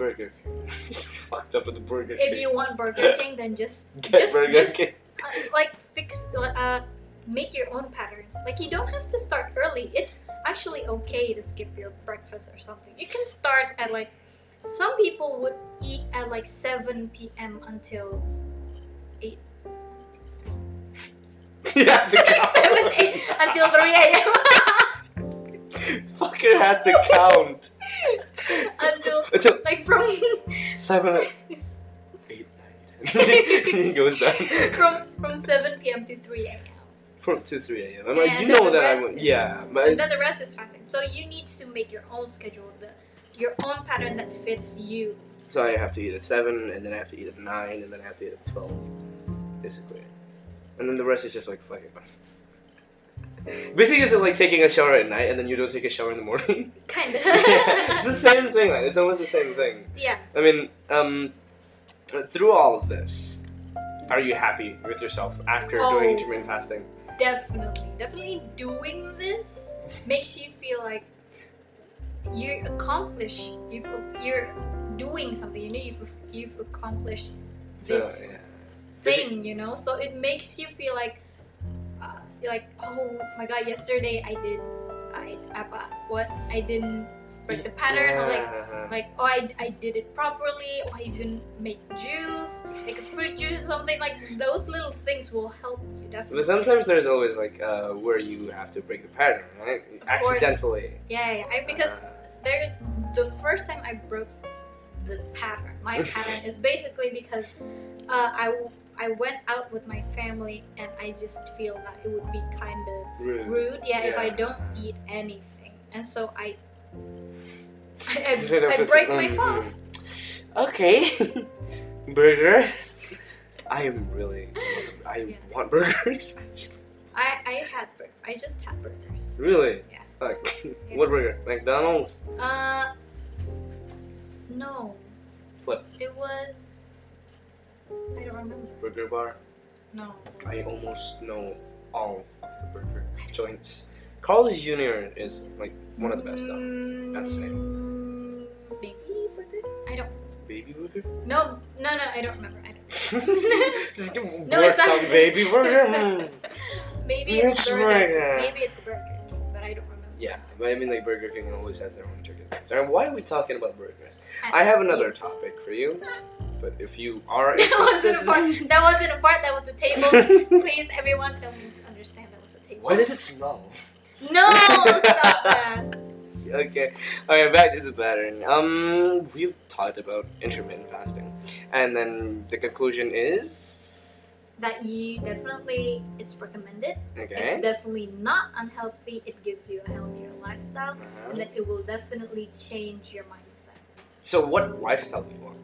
Speaker 1: burger king *laughs* fucked up with the burger
Speaker 2: If
Speaker 1: king
Speaker 2: you want Burger King, then just
Speaker 1: *laughs* Get *laughs*
Speaker 2: just,
Speaker 1: Burger
Speaker 2: just
Speaker 1: King.
Speaker 2: uh, like uh, fix uh, make your own pattern. Like you don't have to start early. It's actually okay to skip your breakfast or something. You can start at like some people would eat at like 7 p.m. until *laughs*
Speaker 1: yeah,
Speaker 2: *laughs* 7, 8 until 3 a.m.
Speaker 1: *laughs* Fucker had to count
Speaker 2: *laughs* until
Speaker 1: *laughs* until
Speaker 2: like from
Speaker 1: seven, eight, nine, ten. *laughs* it goes down
Speaker 2: *laughs* from from 7 p.m. to 3 a.m.
Speaker 1: from two, three a.m. I'm
Speaker 2: Yeah,
Speaker 1: like, you
Speaker 2: and then
Speaker 1: know
Speaker 2: the
Speaker 1: that I'm
Speaker 2: rest-
Speaker 1: yeah,
Speaker 2: And
Speaker 1: but
Speaker 2: then the rest is fasting. So you need to make your own schedule, the, your own pattern that fits you.
Speaker 1: so I have to eat at seven, and then I have to eat at nine, and then I have to eat at twelve, basically, and then the rest is just like fucking. Basically, it's like taking a shower at night, and then you don't take a shower in the
Speaker 2: *laughs*
Speaker 1: morning. *laughs*
Speaker 2: Kind of.
Speaker 1: yeah, *laughs* it's the same thing. Like, it's almost the same thing.
Speaker 2: *laughs* yeah.
Speaker 1: I mean, um, through all of this, are you happy with yourself after
Speaker 2: Oh.
Speaker 1: doing intermittent fasting?
Speaker 2: definitely definitely doing this makes you feel like you're accomplished you've, you're doing something you know you've, you've accomplished this
Speaker 1: So, yeah. Is it-
Speaker 2: thing you know so it makes you feel like uh, you're like oh my god yesterday i did i apa, what i didn't break the pattern or like
Speaker 1: Yeah.
Speaker 2: like oh I, I did it properly or I even make juice like a fruit juice something like those little things will help you definitely
Speaker 1: But sometimes there's always like uh, where you have to break the pattern, right?
Speaker 2: Of course.
Speaker 1: Accidentally. Uh,
Speaker 2: Yeah, yeah, I, because there, the first time I broke the pattern, my pattern is basically because uh, I w- I went out with my family and I just feel that it would be kind of
Speaker 1: Uh, rude.
Speaker 2: rude, yeah, if I
Speaker 1: Yeah.
Speaker 2: don't eat anything, and so I I,
Speaker 1: Instead of
Speaker 2: I, I
Speaker 1: it-
Speaker 2: break my
Speaker 1: mm, mm.
Speaker 2: fast.
Speaker 1: Okay. Burger. I am really. I
Speaker 2: Yeah.
Speaker 1: want burgers. *laughs*
Speaker 2: I I had bur- I just had burgers.
Speaker 1: really?
Speaker 2: Yeah.
Speaker 1: Fuck. What burger? McDonald's.
Speaker 2: Uh, no.
Speaker 1: What?
Speaker 2: It was. I don't remember.
Speaker 1: Burger bar.
Speaker 2: No.
Speaker 1: I almost know all of the burger joints. Carl's Jr. is like one of the best though. Not the
Speaker 2: same. Baby burger? I don't.
Speaker 1: Baby burger?
Speaker 2: *laughs* No, no, no. I don't remember. I don't.
Speaker 1: Just give
Speaker 2: No,
Speaker 1: work
Speaker 2: it's not-
Speaker 1: some baby
Speaker 2: *laughs*
Speaker 1: burger. hmm.
Speaker 2: Maybe it's
Speaker 1: It's
Speaker 2: burger.
Speaker 1: burger.
Speaker 2: Maybe it's burger, King, but I don't remember.
Speaker 1: Yeah, but I mean like Burger King always has their own chicken things. And why are we talking about burgers?
Speaker 2: I-
Speaker 1: I have another topic for you, but if you are
Speaker 2: *laughs* That wasn't a
Speaker 1: interested,
Speaker 2: part. That wasn't a part. That was the table.
Speaker 1: *laughs*
Speaker 2: Please, everyone, don't misunderstand. That was the table.
Speaker 1: why does it smell? *laughs*
Speaker 2: No, stop that.
Speaker 1: Okay. Alright, back to the pattern. Um we've talked about intermittent fasting. And then the conclusion is
Speaker 2: That you definitely, it's recommended. It's
Speaker 1: Okay.
Speaker 2: definitely not unhealthy. It gives you a healthier lifestyle,
Speaker 1: Uh-huh.
Speaker 2: and that it will definitely change your mindset.
Speaker 1: So, what lifestyle do you want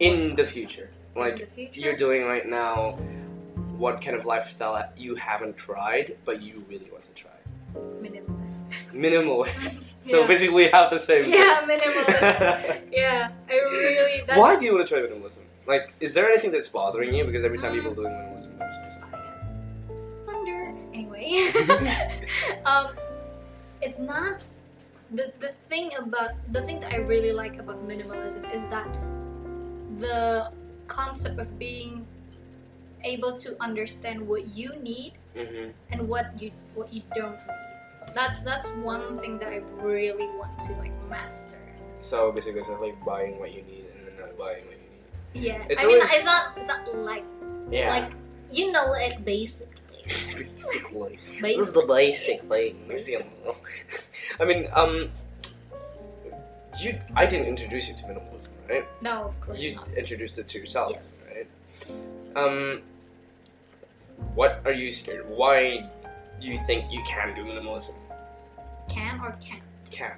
Speaker 1: in the future?
Speaker 2: in the
Speaker 1: Like
Speaker 2: future,
Speaker 1: you're doing right now, what kind of lifestyle you haven't tried but you really want to try?
Speaker 2: minimalist. *laughs*
Speaker 1: Minimalist. *laughs* So
Speaker 2: Yeah.
Speaker 1: basically, have the same.
Speaker 2: Yeah,
Speaker 1: *laughs*
Speaker 2: minimalist. yeah, I really. That's,
Speaker 1: Why do you want to try minimalism? Like, is there anything that's bothering you? Because every time people
Speaker 2: Mm.
Speaker 1: doing minimalism, there's always something.
Speaker 2: Wonder. Anyway, *laughs* um, it's not the the thing about the thing that I really like about minimalism is that the concept of being able to understand what you need
Speaker 1: Mm-hmm.
Speaker 2: and what you what you don't need. That's that's one thing that I really want to like master.
Speaker 1: So basically, it's not like buying what you need and then not buying what you need.
Speaker 2: Yeah,
Speaker 1: It's
Speaker 2: I mean
Speaker 1: always-
Speaker 2: it's not it's not like
Speaker 1: Yeah.
Speaker 2: like you know like basic things. *laughs*
Speaker 1: Basically. basic
Speaker 2: Basic.
Speaker 1: thing. *laughs* I mean, um, you. I didn't introduce you to minimalism, right?
Speaker 2: No, of course
Speaker 1: Mm-hmm. You
Speaker 2: not.
Speaker 1: introduced it to yourself,
Speaker 2: Yes.
Speaker 1: right? Um, what are you scared? of? Why do you think you can do minimalism?
Speaker 2: Can or can't?
Speaker 1: Can't.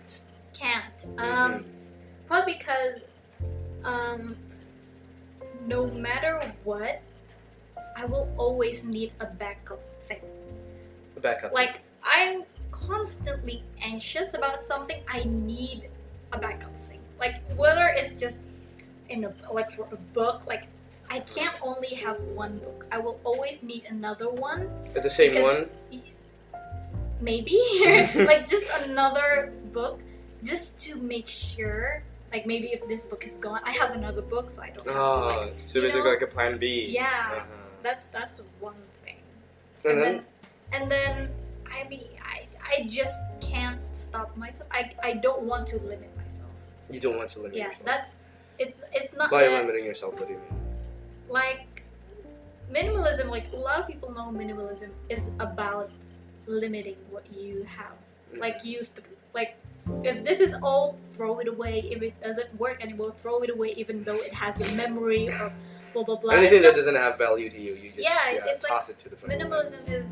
Speaker 2: Can't.
Speaker 1: Mm-hmm.
Speaker 2: Um, probably because um, no matter what, I will always need a backup thing.
Speaker 1: Mhm. Back up.
Speaker 2: Like I'm constantly anxious about something, I need a backup thing. Like whether it's just in a like for a book, like I can't only have one book. I will always need another one,
Speaker 1: At the same
Speaker 2: because-
Speaker 1: one. *laughs*
Speaker 2: maybe like just another book, just to make sure. Like maybe if this book is gone, I have another book, so I don't have to. Like,
Speaker 1: Oh, so
Speaker 2: you
Speaker 1: basically
Speaker 2: know-
Speaker 1: like a plan B.
Speaker 2: yeah,
Speaker 1: Uh-huh.
Speaker 2: that's that's one thing.
Speaker 1: And
Speaker 2: And
Speaker 1: then,
Speaker 2: then and then I mean I I just can't stop myself. I I don't want to limit myself.
Speaker 1: You don't want to limit
Speaker 2: Yeah,
Speaker 1: yourself.
Speaker 2: that's it's it's not
Speaker 1: By
Speaker 2: that-
Speaker 1: limiting yourself, what do you mean?
Speaker 2: like minimalism. Like a lot of people know minimalism is about limiting what you have. Like you th- like if this is all, throw it away. If it doesn't work anymore, throw it away. Even though it has a memory of blah blah blah.
Speaker 1: anything that doesn't have value to you, you just
Speaker 2: Yeah, it's like
Speaker 1: toss it to the front.
Speaker 2: minimalism is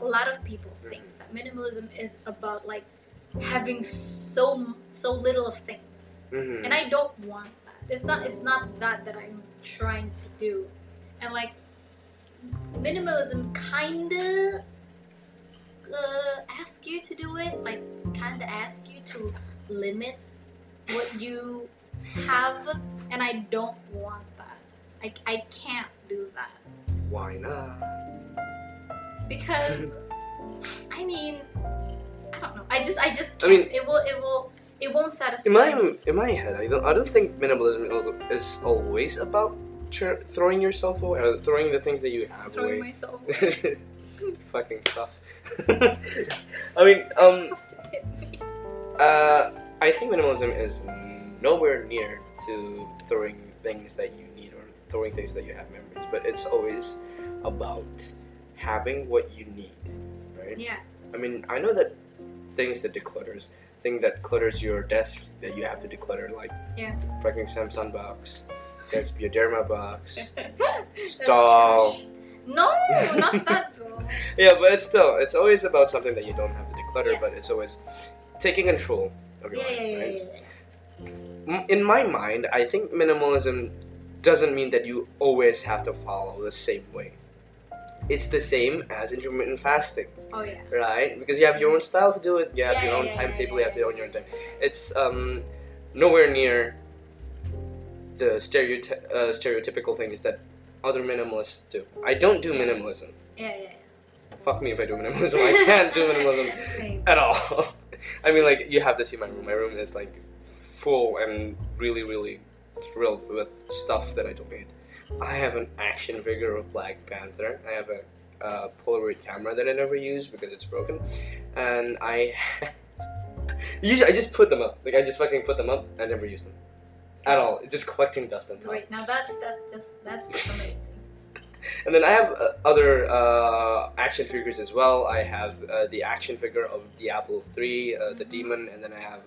Speaker 2: a lot of people think that minimalism is about like having so m- so little of things
Speaker 1: Mm-hmm.
Speaker 2: and i don't want that it's not it's not that that i'm trying to do and like minimalism kinda uh, ask you to do it like kinda ask you to limit what you have and i don't want that i, I can't do that
Speaker 1: Why not? *laughs*
Speaker 2: because I mean, I don't know. I just, I just.
Speaker 1: I
Speaker 2: Can't.
Speaker 1: mean-
Speaker 2: it will, it will, it won't satisfy.
Speaker 1: In my
Speaker 2: me.
Speaker 1: in my head, I don't I don't think minimalism is- is always about tr- throwing yourself away, or throwing the things that you have
Speaker 2: throwing
Speaker 1: away.
Speaker 2: myself. *laughs*
Speaker 1: *laughs* Fucking stuff. *laughs* I mean, um,
Speaker 2: Have
Speaker 1: *laughs*
Speaker 2: to hit me.
Speaker 1: Uh, I think minimalism is nowhere near to throwing things that you need or throwing things that you have memories, but it's always about having what you need, right?
Speaker 2: Yeah,
Speaker 1: I mean, I know that things that declutters, thing that clutters your desk that you have to declutter, like
Speaker 2: Yeah.
Speaker 1: fucking Samsung
Speaker 2: *laughs*
Speaker 1: box, that's your derma box.
Speaker 2: That's
Speaker 1: Stop.
Speaker 2: trash. No,
Speaker 1: *laughs*
Speaker 2: not that though.
Speaker 1: Yeah, but it's still, it's always about something that you don't have to declutter,
Speaker 2: Yeah.
Speaker 1: but it's always taking control of your
Speaker 2: Yeah,
Speaker 1: life,
Speaker 2: yeah, yeah,
Speaker 1: right?
Speaker 2: yeah, yeah.
Speaker 1: M- in my mind, I think minimalism doesn't mean that you always have to follow the same way. It's the same as intermittent fasting,
Speaker 2: Oh yeah.
Speaker 1: right? Because you have your own style to do it, you have
Speaker 2: Yeah,
Speaker 1: your
Speaker 2: yeah,
Speaker 1: own
Speaker 2: yeah,
Speaker 1: timetable,
Speaker 2: yeah,
Speaker 1: you have your own your own time. It's um, nowhere near the stereoty- uh, stereotypical things that other minimalists do. I don't do minimalism.
Speaker 2: Yeah, yeah, yeah.
Speaker 1: Fuck me if I do minimalism. I can't
Speaker 2: *laughs*
Speaker 1: do minimalism
Speaker 2: Same.
Speaker 1: at all. *laughs* I mean, like you have to see my room. My room is like full and really, really thrilled with stuff that I don't need. I have an action figure of Black Panther. I have a uh, Polaroid camera that I never use because it's broken, and I *laughs* usually I just put them up. Like I just fucking put them up. I never use them at all. It's just collecting dust on top.
Speaker 2: Great. Now that's that's just
Speaker 1: *laughs*
Speaker 2: that's just amazing.
Speaker 1: And then I have uh, other uh, action figures as well. I have uh, the action figure of Diablo 3, uh, the demon, and then I have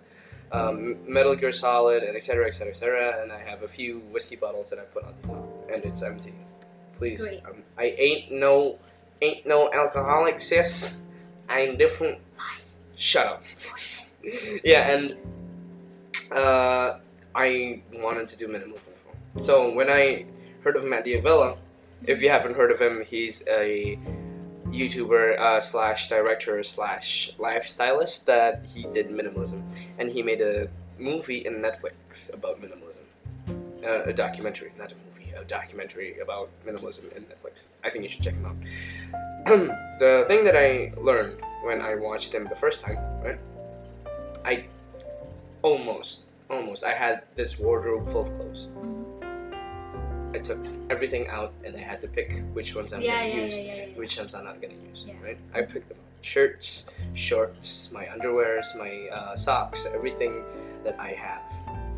Speaker 1: um, Metal Gear Solid, and etc., etc., etc. And I have a few whiskey bottles that I put on top, and it's empty. Please,
Speaker 2: Great.
Speaker 1: um, I ain't no, ain't no alcoholic, sis. I'm different.
Speaker 2: Lies.
Speaker 1: Shut up. *laughs* yeah, and uh, I wanted to do minimalism. So when I heard of Matt Diavella, if you haven't heard of him, he's a YouTuber uh, slash director slash lifestylist that he did minimalism, and he made a movie in Netflix about minimalism. Uh, a documentary, not a movie, a documentary about minimalism in Netflix. I think you should check him out. *clears throat* the thing that I learned when I watched him the first time, right? I almost, almost, I had this wardrobe full of clothes.
Speaker 2: Mhm.
Speaker 1: I took everything out and I had to pick which ones I'm
Speaker 2: Yeah,
Speaker 1: gonna
Speaker 2: yeah, yeah,
Speaker 1: use,
Speaker 2: yeah, yeah.
Speaker 1: which ones I'm not gonna use.
Speaker 2: Yeah.
Speaker 1: Right? I picked them out. shirts, shorts, my underwears, my uh, socks, everything that I have.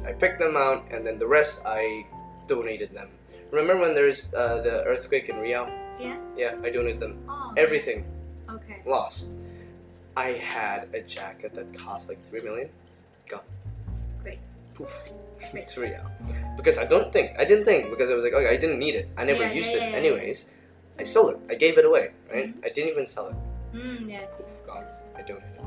Speaker 1: I picked them out and then the rest I donated them. Remember when there's uh, the earthquake in Rio?
Speaker 2: Yeah.
Speaker 1: Yeah, I donated them.
Speaker 2: Oh,
Speaker 1: Everything
Speaker 2: Okay.
Speaker 1: lost. I had a jacket that cost like three million. Gone.
Speaker 2: Great.
Speaker 1: Poof. *laughs*
Speaker 2: Great.
Speaker 1: it's real. Because I don't think I didn't think because I was like, okay, I didn't need it. I never
Speaker 2: Yeah,
Speaker 1: used
Speaker 2: yeah,
Speaker 1: it
Speaker 2: yeah, Mm-hmm.
Speaker 1: anyways. I sold it. I gave it away. Right. I didn't even sell it.
Speaker 2: Mm, yeah.
Speaker 1: Poof. Gone. I donated it.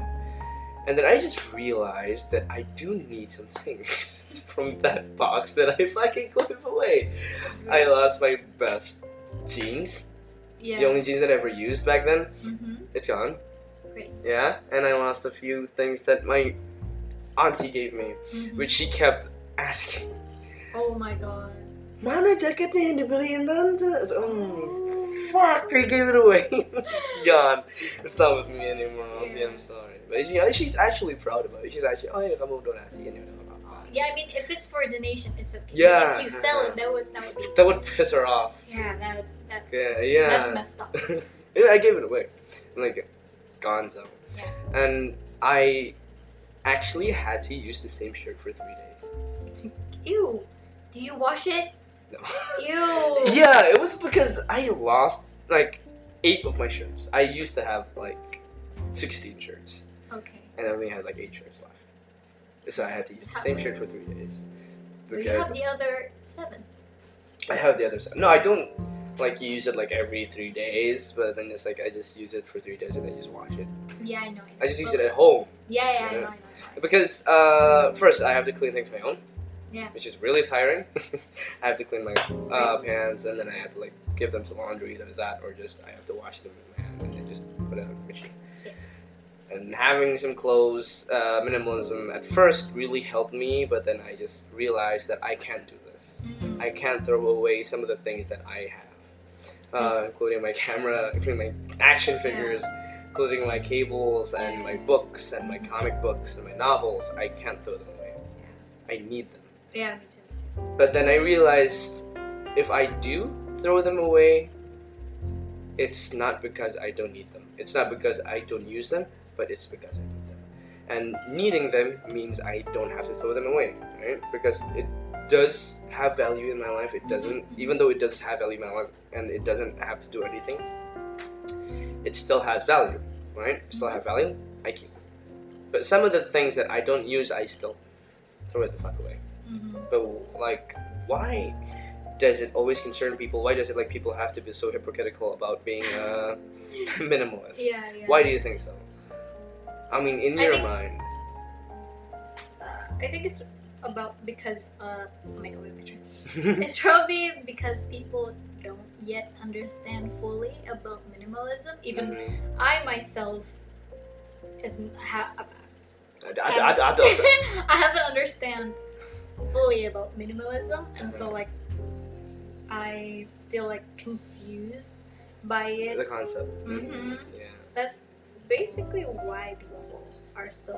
Speaker 1: And then I just realized that I do need some things *laughs* from that box that I fucking gave away. I lost my best jeans.
Speaker 2: yeah.
Speaker 1: The only jeans that I ever used back then
Speaker 2: hmm
Speaker 1: it's gone.
Speaker 2: Great.
Speaker 1: Yeah, and I lost a few things that my auntie gave me,
Speaker 2: Mm.
Speaker 1: which she kept asking.
Speaker 2: Mm-hmm. Oh my god.
Speaker 1: Mana jaketnya yang dibeliin tante? I was like, Oh, fuck! They gave it
Speaker 2: *laughs*
Speaker 1: away. *laughs* it's gone. It's not with me anymore, auntie.
Speaker 2: Yeah.
Speaker 1: I'm sorry, but you know, she's actually proud about it. She's actually, oh yeah, kamu donasi ini. udah apa-apa."
Speaker 2: Yeah, I mean, if it's for donation, it's okay. But
Speaker 1: Yeah.
Speaker 2: If you sell it, that would that would be.
Speaker 1: That would piss her off.
Speaker 2: Yeah, that would, that
Speaker 1: Yeah, yeah. *laughs*
Speaker 2: that's messed up.
Speaker 1: yeah, I gave it away. And like gonzo.
Speaker 3: Yeah.
Speaker 1: And I actually had to use the same shirt for three days.
Speaker 2: Ew. Do you wash it?
Speaker 1: No.
Speaker 2: Ew.
Speaker 1: Yeah, it was because I lost like eight of my shirts. I used to have like sixteen shirts,
Speaker 3: Okay.
Speaker 1: and I only had like eight shirts left. So I had to use the same shirt for three days
Speaker 2: Do you have
Speaker 1: because
Speaker 2: the other seven?
Speaker 1: I have the other side. No, I don't like use it like every three days, but then it's like I just use it for three days and then just wash it.
Speaker 2: Yeah, I know. know.
Speaker 1: I just use
Speaker 2: Well,
Speaker 1: it at home
Speaker 2: Yeah, yeah, I know. I know.
Speaker 1: because uh, first I have to clean things my own.
Speaker 2: Yeah.
Speaker 1: Which is really tiring. *laughs* I have to clean my uh, pants and then I have to like give them to laundry, either that or just I have to wash them in my hand and then just put it on the machine.
Speaker 2: Yeah.
Speaker 1: And having some clothes, uh, minimalism at first really helped me, but then I just realized that I can't do this.
Speaker 2: Mm.
Speaker 1: I can't throw away some of the things that I have, uh, including my camera, including my action figures, including my cables and my books and my comic books and my novels. I can't throw them away. I need them.
Speaker 2: Mm-hmm. Yeah, me too. Me too.
Speaker 1: But then I realized if I do throw them away, it's not because I don't need them. It's not because I don't use them, but it's because I need them. And needing them means I don't have to throw them away, right? Because it does have value in my life. It doesn't, even though it does have value in my life and it doesn't have to do anything, it still has value, right? Still have value. I keep. But some of the things that I don't use, I still throw it the fuck away
Speaker 2: Mhm.
Speaker 1: but like why does it always concern people why does it like people have to be so hypocritical about being
Speaker 2: *laughs*
Speaker 1: uh, *laughs* minimalist
Speaker 2: Yeah, yeah.
Speaker 1: why do you think so i mean in
Speaker 2: I
Speaker 1: your
Speaker 2: think-
Speaker 1: mind
Speaker 2: Uh, I think it's about because uh, oh my God, wait, my turn.
Speaker 1: Hmm?
Speaker 2: It's probably because people don't yet understand fully about minimalism. *laughs*
Speaker 1: *laughs*
Speaker 2: Even
Speaker 1: Mhm.
Speaker 2: I myself isn't ha-
Speaker 1: I- I- I- I don't- *laughs*
Speaker 2: *laughs* I haven't understand fully about minimalism, and
Speaker 1: Uh-huh.
Speaker 2: so like I still like confused by
Speaker 1: the
Speaker 2: it.
Speaker 1: concept
Speaker 2: Mhm.
Speaker 1: yeah
Speaker 2: *laughs* That's basically why people are so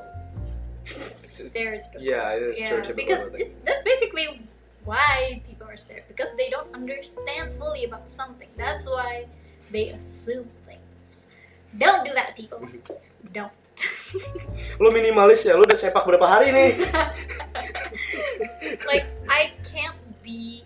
Speaker 2: stereotypical.
Speaker 1: yeah it's stereotypical
Speaker 2: because
Speaker 1: thing.
Speaker 2: it- that's basically why people are stereotypical because they don't understand fully about something. That's why they assume things. Don't do that,
Speaker 1: *laughs*
Speaker 2: people. Don't.
Speaker 1: lo minimalis ya lo udah sepak berapa hari nih
Speaker 2: *laughs*
Speaker 1: *laughs*
Speaker 2: like I can't be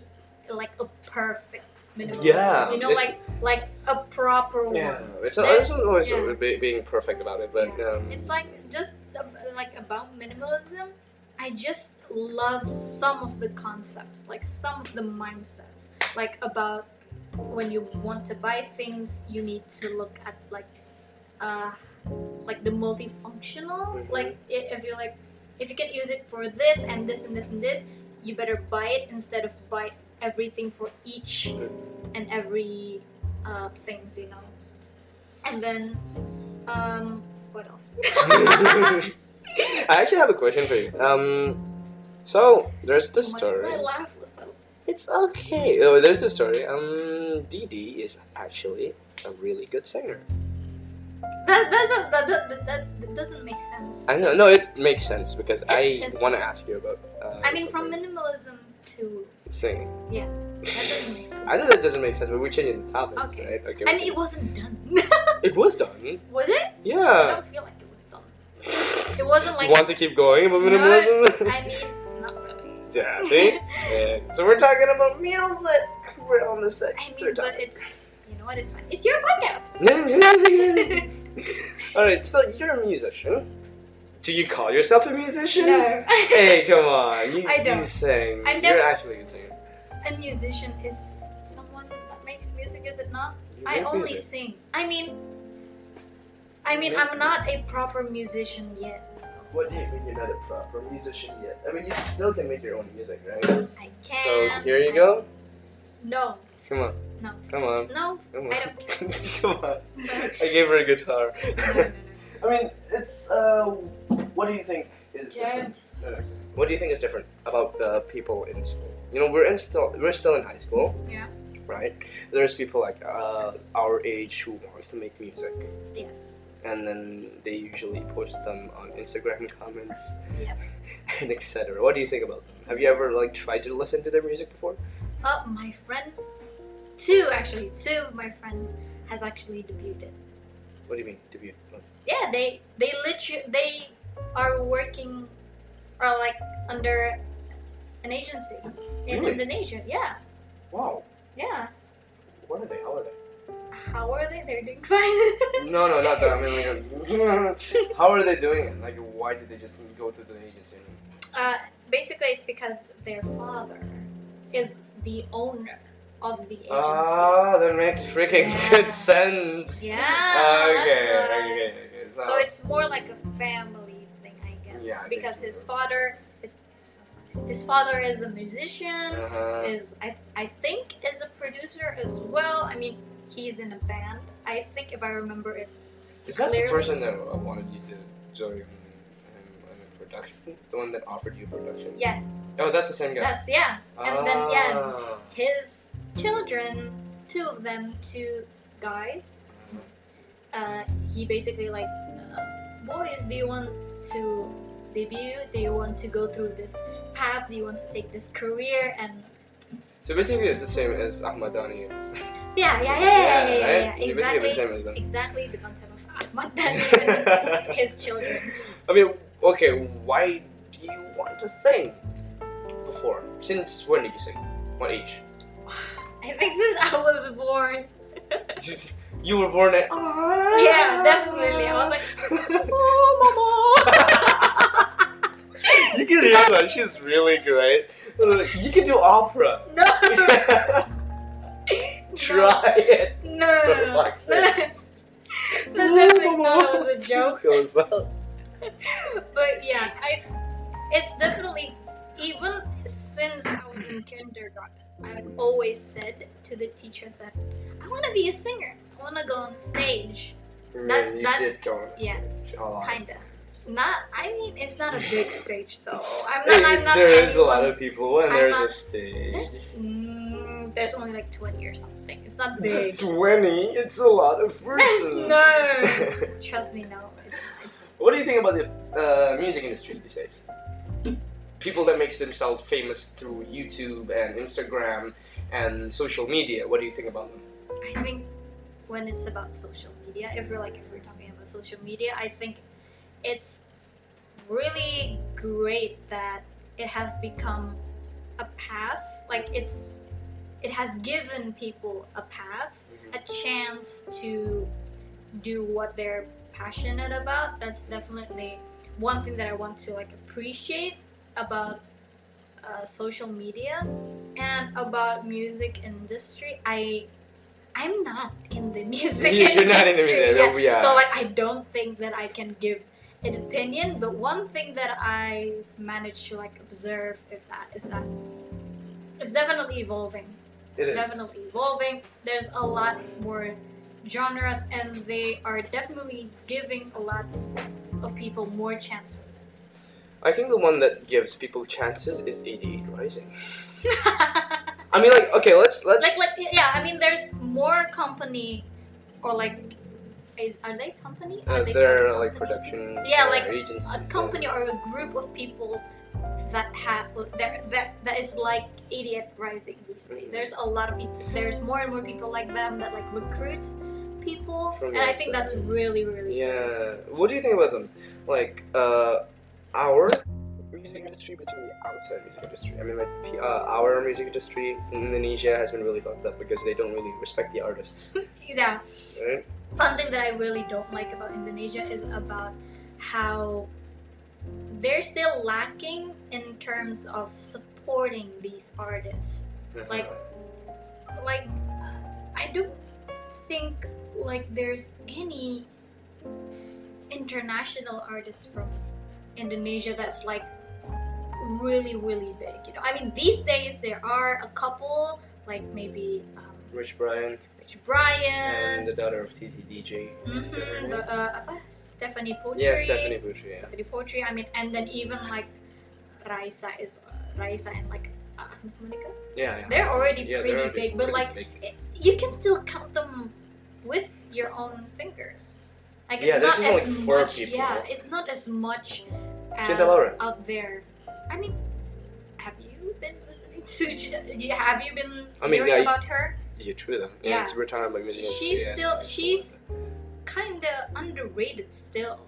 Speaker 2: like a perfect minimalist.
Speaker 1: Yeah,
Speaker 2: you know,
Speaker 1: it's-
Speaker 2: like like a proper one.
Speaker 1: yeah it's not, it's not always
Speaker 2: Yeah.
Speaker 1: be- being perfect about it but
Speaker 2: Yeah.
Speaker 1: um,
Speaker 2: It's like just uh, like about minimalism. I just love some of the concepts, like some of the mindsets, like about when you want to buy things, you need to look at like, uh, like the multifunctional.
Speaker 1: Mhm.
Speaker 2: Like i- if you like, if you can use it for this and this and this and this, you better buy it instead of buy everything for each and every uh, things, you know. And then, um, what
Speaker 1: *laughs*
Speaker 2: *laughs* else?
Speaker 1: i actually have a question for you um so there's this
Speaker 2: Oh my-
Speaker 1: story
Speaker 2: My laugh was so.
Speaker 1: It's okay. Oh, there's the story. Um, Dee Dee is actually a really good singer.
Speaker 2: That, that, that, that, that, that, that doesn't make sense.
Speaker 1: I know. No, it makes sense because I
Speaker 2: It- it's-
Speaker 1: want to ask you about. Uh,
Speaker 2: I mean, from
Speaker 1: something.
Speaker 2: minimalism to.
Speaker 1: singing.
Speaker 2: Yeah, That doesn't make sense.
Speaker 1: *laughs* I know that doesn't make sense, but we're changing the topic,
Speaker 2: Okay.
Speaker 1: right? Okay.
Speaker 2: And
Speaker 1: we
Speaker 2: it wasn't done. *laughs*
Speaker 1: can- it was done.
Speaker 2: was it? I
Speaker 1: Yeah.
Speaker 2: don't feel like it was done. It wasn't like.
Speaker 1: you want to keep going about
Speaker 2: No,
Speaker 1: minimalism? *laughs*
Speaker 2: *laughs* I mean, not really.
Speaker 1: yeah. See. Yeah. So we're talking about music. We're on the second
Speaker 2: *laughs* I mean, but it's. You know what? It's fine. It's your
Speaker 1: *laughs*
Speaker 2: podcast.
Speaker 1: All right. So you're a musician. Do you call yourself a musician?
Speaker 2: *laughs* no. *laughs*
Speaker 1: Hey, come on. You,
Speaker 2: I
Speaker 1: You
Speaker 2: don't.
Speaker 1: sing.
Speaker 2: I'm
Speaker 1: You're
Speaker 2: never-
Speaker 1: actually a good singer.
Speaker 2: A musician is someone that makes music, is it not?
Speaker 1: You
Speaker 2: I
Speaker 1: make
Speaker 2: only
Speaker 1: music.
Speaker 2: sing. I mean, I mean, I'm not a proper musician yet. So
Speaker 1: What do you mean you're not a proper musician yet? I mean, you still can make your own music, right?
Speaker 2: I can.
Speaker 1: so here you go.
Speaker 2: No,
Speaker 1: Come on.
Speaker 2: No.
Speaker 1: Come on.
Speaker 2: no,
Speaker 1: Come on.
Speaker 2: I
Speaker 1: *laughs*
Speaker 2: don't care.
Speaker 1: come
Speaker 2: *laughs*
Speaker 1: on.
Speaker 2: No,
Speaker 1: I gave her a
Speaker 2: *laughs*
Speaker 1: guitar.
Speaker 2: no, no, no.
Speaker 1: I mean, it's uh, what do you think is
Speaker 2: Jared.
Speaker 1: different? No, no. What do you think is different about the people in school? You know, we're in still we're still in high school.
Speaker 2: Yeah.
Speaker 1: Right. There's people like uh, our age who wants to make music.
Speaker 2: Yes.
Speaker 1: and then they usually post them on Instagram *laughs* comments
Speaker 2: Yep.
Speaker 1: and etc. What do you think about them? Have you ever like tried to listen to their music before?
Speaker 2: Uh, my friend, two actually, two of my friends has actually debuted
Speaker 1: What do you mean? Debut? Oh.
Speaker 2: yeah they they literally they are working are like under an agency in
Speaker 1: Really?
Speaker 2: indonesia yeah
Speaker 1: Wow.
Speaker 2: yeah
Speaker 1: What are they? How are they?
Speaker 2: how are they they're doing *laughs* fine
Speaker 1: No, no, not that. I mean, like, *laughs* how are they doing it? Like, why did they just go to the agency?
Speaker 2: uh, basically it's because their father is the owner of the agency
Speaker 1: Ah, that makes freaking
Speaker 2: Yeah.
Speaker 1: good sense. Ah,
Speaker 2: yeah
Speaker 1: Okay,
Speaker 2: that's
Speaker 1: okay,
Speaker 2: why.
Speaker 1: okay. So,
Speaker 2: so it's more like a family thing i guess
Speaker 1: Yeah, I think
Speaker 2: because
Speaker 1: so.
Speaker 2: his father his, his father is a musician
Speaker 1: uh-huh.
Speaker 2: is I, I think is a producer as well. I mean, he's in a band. I think if I remember it,
Speaker 1: Is that the
Speaker 2: clearly-
Speaker 1: person that uh, wanted you to join him in production? The one that offered you production?
Speaker 2: Yeah.
Speaker 1: Oh, that's the same guy.
Speaker 2: that's yeah. and then, yeah.
Speaker 1: Ah.
Speaker 2: His children, two of them, two guys. Uh, he basically like, uh, boys, do you want to debut? Do you want to go through this path? Do you want to take this career? And
Speaker 1: So basically, it's the same as Ahmadani. is.
Speaker 2: yeah,
Speaker 1: *laughs*
Speaker 2: yeah, yeah,
Speaker 1: right?
Speaker 2: yeah, yeah, yeah, yeah,
Speaker 1: You're Basically, the
Speaker 2: exactly,
Speaker 1: same as them.
Speaker 2: exactly the concept of Ahmad
Speaker 1: *laughs*
Speaker 2: Dhani and his children. *laughs*
Speaker 1: I mean, okay, why do you want to sing before? Since when did you sing? What
Speaker 2: *laughs*
Speaker 1: age?
Speaker 2: I think since I was born.
Speaker 1: you were born at. Ah.
Speaker 2: Yeah, definitely. I was like, oh,
Speaker 1: *laughs* you can hear that. She's really great. You can do opera.
Speaker 2: mama. *laughs*
Speaker 1: *laughs*
Speaker 2: No.
Speaker 1: Try it.
Speaker 2: No, no, no, no.
Speaker 1: For fuck's sake.
Speaker 2: That's
Speaker 1: *laughs*
Speaker 2: definitely not it was a joke.
Speaker 1: Goes out.
Speaker 2: But yeah, I. It's definitely even since I was in kindergarten, I've always said to the teacher that I want to be a singer. I want to go on stage. That's-
Speaker 1: you
Speaker 2: that's-
Speaker 1: did go on
Speaker 2: yeah,
Speaker 1: stage a lot.
Speaker 2: Kinda. Not. I mean, it's not a
Speaker 1: *laughs*
Speaker 2: big stage though. I'm not. I'm not.
Speaker 1: there is a
Speaker 2: anyone-
Speaker 1: lot of people and
Speaker 2: I'm
Speaker 1: there's
Speaker 2: not-
Speaker 1: a stage.
Speaker 2: There's, mm, there's only like 20 or something. It's not big.
Speaker 1: 20, it's a lot
Speaker 2: *laughs*
Speaker 1: of *laughs* persons.
Speaker 2: no! *laughs* Trust me, no. It's, it's,
Speaker 1: what do you think about the uh, music industry these days? People that makes themselves famous through YouTube and Instagram and social media. What do you think about them?
Speaker 2: I think when it's about social media, if we're like if we're talking about social media, I think it's really great that it has become a path. Like it's it has given people a path, a chance to do what they're passionate about. That's definitely one thing that I want to like appreciate about uh, social media and about music industry. I I'm not in the *laughs* music
Speaker 1: You-
Speaker 2: industry.
Speaker 1: you're not in the music,
Speaker 2: yeah.
Speaker 1: we are.
Speaker 2: So like I don't think that I can give an opinion, but one thing that I managed to like observe is that is that it's definitely evolving
Speaker 1: It is.
Speaker 2: definitely evolving. There's a lot more genres, and they are definitely giving a lot of people more chances. *laughs*
Speaker 1: I think the one that gives people chances is 88 Rising. I mean, like, okay, let's let's.
Speaker 2: like, like, yeah. I mean, there's more company, or like, is are they company? Are
Speaker 1: uh,
Speaker 2: they
Speaker 1: their
Speaker 2: called
Speaker 1: like
Speaker 2: company?
Speaker 1: production.
Speaker 2: Yeah,
Speaker 1: uh,
Speaker 2: like,
Speaker 1: agencies
Speaker 2: a
Speaker 1: and-
Speaker 2: company or a group of people that have that that, that is like idiot rising these days.
Speaker 1: Mhm.
Speaker 2: There's a lot of people. There's more and more people like them that like recruits people,
Speaker 1: From the
Speaker 2: and I think that's
Speaker 1: outside.
Speaker 2: really really
Speaker 1: Yeah. What do you think about them? Like, uh, our music industry between the outside music industry. I mean, like, p- uh, our music industry in Indonesia has been really fucked up because they don't really respect the
Speaker 2: *laughs*
Speaker 1: artists.
Speaker 2: yeah.
Speaker 1: Right?
Speaker 2: one thing that I really don't like about Indonesia is about how they're still lacking in terms of supporting these artists.
Speaker 1: Uh-huh.
Speaker 2: Like- Like, I don't think like there's any international artists from Indonesia that's like really really big. You know, I mean these days there are a couple like maybe um,
Speaker 1: Rich Brian
Speaker 2: Rich Brian.
Speaker 1: and the daughter of TTDJ.
Speaker 2: Mm-hmm. The, uh, apa? Stephanie Putri.
Speaker 1: Yeah, Stephanie Butcher. Yeah.
Speaker 2: Stephanie Putri. I mean, and then even like Raisa is Raisa and like uh, Agnes Monica.
Speaker 1: Yeah. yeah.
Speaker 2: They're already
Speaker 1: Yeah,
Speaker 2: pretty
Speaker 1: they're already
Speaker 2: big,
Speaker 1: pretty
Speaker 2: but like
Speaker 1: big.
Speaker 2: you can still count them with your own fingers. Like it's
Speaker 1: Yeah, there's
Speaker 2: not
Speaker 1: just
Speaker 2: as
Speaker 1: only four
Speaker 2: much.
Speaker 1: people.
Speaker 2: Yeah, it's not as much as
Speaker 1: Cinta Laura.
Speaker 2: out there. I mean, have you been listening to? Gina- Have you been
Speaker 1: I mean,
Speaker 2: hearing
Speaker 1: yeah,
Speaker 2: about her?
Speaker 1: yeah, true though. Yeah,
Speaker 2: Yeah.
Speaker 1: it's we're talking about music.
Speaker 2: She's
Speaker 1: industry, yeah.
Speaker 2: still- she's- kind of underrated still.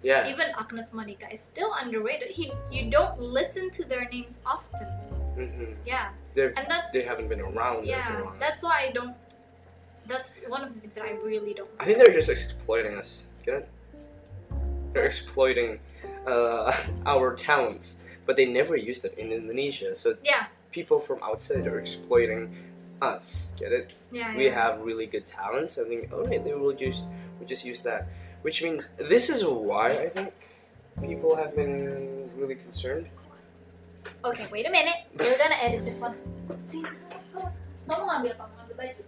Speaker 1: Yeah.
Speaker 2: Even Agnes Monica is still underrated. You you don't listen to their names often.
Speaker 1: hmm
Speaker 2: Yeah,
Speaker 1: They're,
Speaker 2: and that's
Speaker 1: they haven't been around as
Speaker 2: yeah.
Speaker 1: long.
Speaker 2: That's why I don't. That's one of the things that I really don't.
Speaker 1: I think they're just exploiting us. Get it? They're exploiting uh, *laughs* our talents, but they never used it in Indonesia. So
Speaker 2: Yeah,
Speaker 1: people from outside are exploiting us. Get it?
Speaker 2: yeah.
Speaker 1: we
Speaker 2: yeah.
Speaker 1: have really good talents. I think okay, they will just we just use that, which means this is why I think people have been really concerned.
Speaker 2: Okay, wait a minute. We're gonna edit this one. Tolong ambil Pak, ambil baju.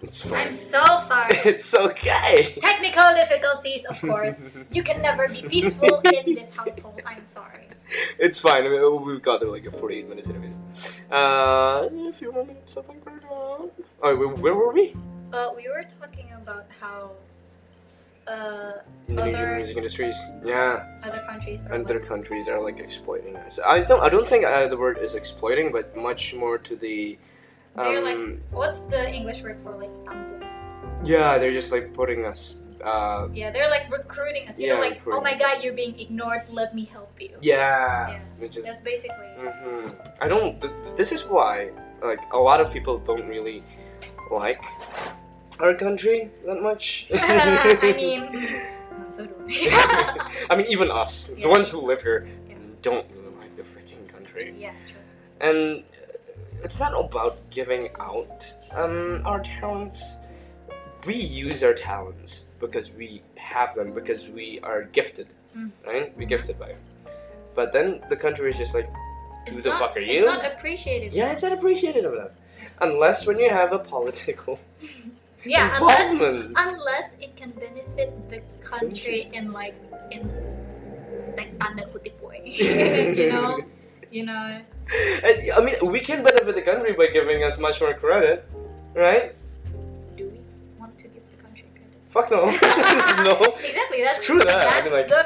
Speaker 1: It's fine.
Speaker 2: I'm so sorry.
Speaker 1: *laughs* it's okay.
Speaker 2: Technical difficulties, of course.
Speaker 1: *laughs*
Speaker 2: You can never be peaceful in this household.
Speaker 1: *laughs*
Speaker 2: I'm sorry.
Speaker 1: it's fine. I mean, oh, we've got there like a 48 minutes anyways. Uh, if you want me to something right now. Oh, where, where were we?
Speaker 2: Uh, we were talking about how uh,
Speaker 1: Indonesian
Speaker 2: Other-
Speaker 1: music industries. Yeah.
Speaker 2: other countries are
Speaker 1: and
Speaker 2: like,
Speaker 1: their countries are like exploiting us. I don't. I don't think uh, the word is exploiting, but much more to the.
Speaker 2: They're like-
Speaker 1: um,
Speaker 2: what's the English word for like thumbs up?
Speaker 1: Yeah, they're just like putting us. Uh,
Speaker 2: Yeah, they're like recruiting us. You know,
Speaker 1: Yeah,
Speaker 2: like oh
Speaker 1: recruiting.
Speaker 2: my god, you're being ignored. Let me help you.
Speaker 1: yeah,
Speaker 2: Yeah.
Speaker 1: which is.
Speaker 2: That's basically.
Speaker 1: hmm I don't. Th- this is why, like, a lot of people don't really like our country that much.
Speaker 2: *laughs* I mean, mm, so
Speaker 1: *laughs*
Speaker 2: do *laughs* I.
Speaker 1: I mean, even us,
Speaker 2: Yeah.
Speaker 1: the ones who live here,
Speaker 2: Yeah.
Speaker 1: don't really like the freaking country.
Speaker 2: yeah, trust me.
Speaker 1: and it's not about giving out um, our talents. We use our talents because we have them because we are gifted,
Speaker 2: Mm.
Speaker 1: right? We're gifted by them. But then the country is just like,
Speaker 2: It's
Speaker 1: Who the
Speaker 2: not,
Speaker 1: fuck are
Speaker 2: it's
Speaker 1: you?
Speaker 2: not appreciated.
Speaker 1: yeah, it's not appreciated of that, unless when you have a political
Speaker 2: Yeah, unless
Speaker 1: involvement.
Speaker 2: unless it can benefit the country in like in like tanda
Speaker 1: *laughs*
Speaker 2: kutip way. you know, you know.
Speaker 1: *laughs* And, I mean, we can benefit the country by giving us much more credit, right?
Speaker 2: Do we want to give the country credit?
Speaker 1: Fuck no, *laughs* no,
Speaker 2: *laughs* Exactly. That's
Speaker 1: Screw that, I
Speaker 2: That's
Speaker 1: mean, like-
Speaker 2: the,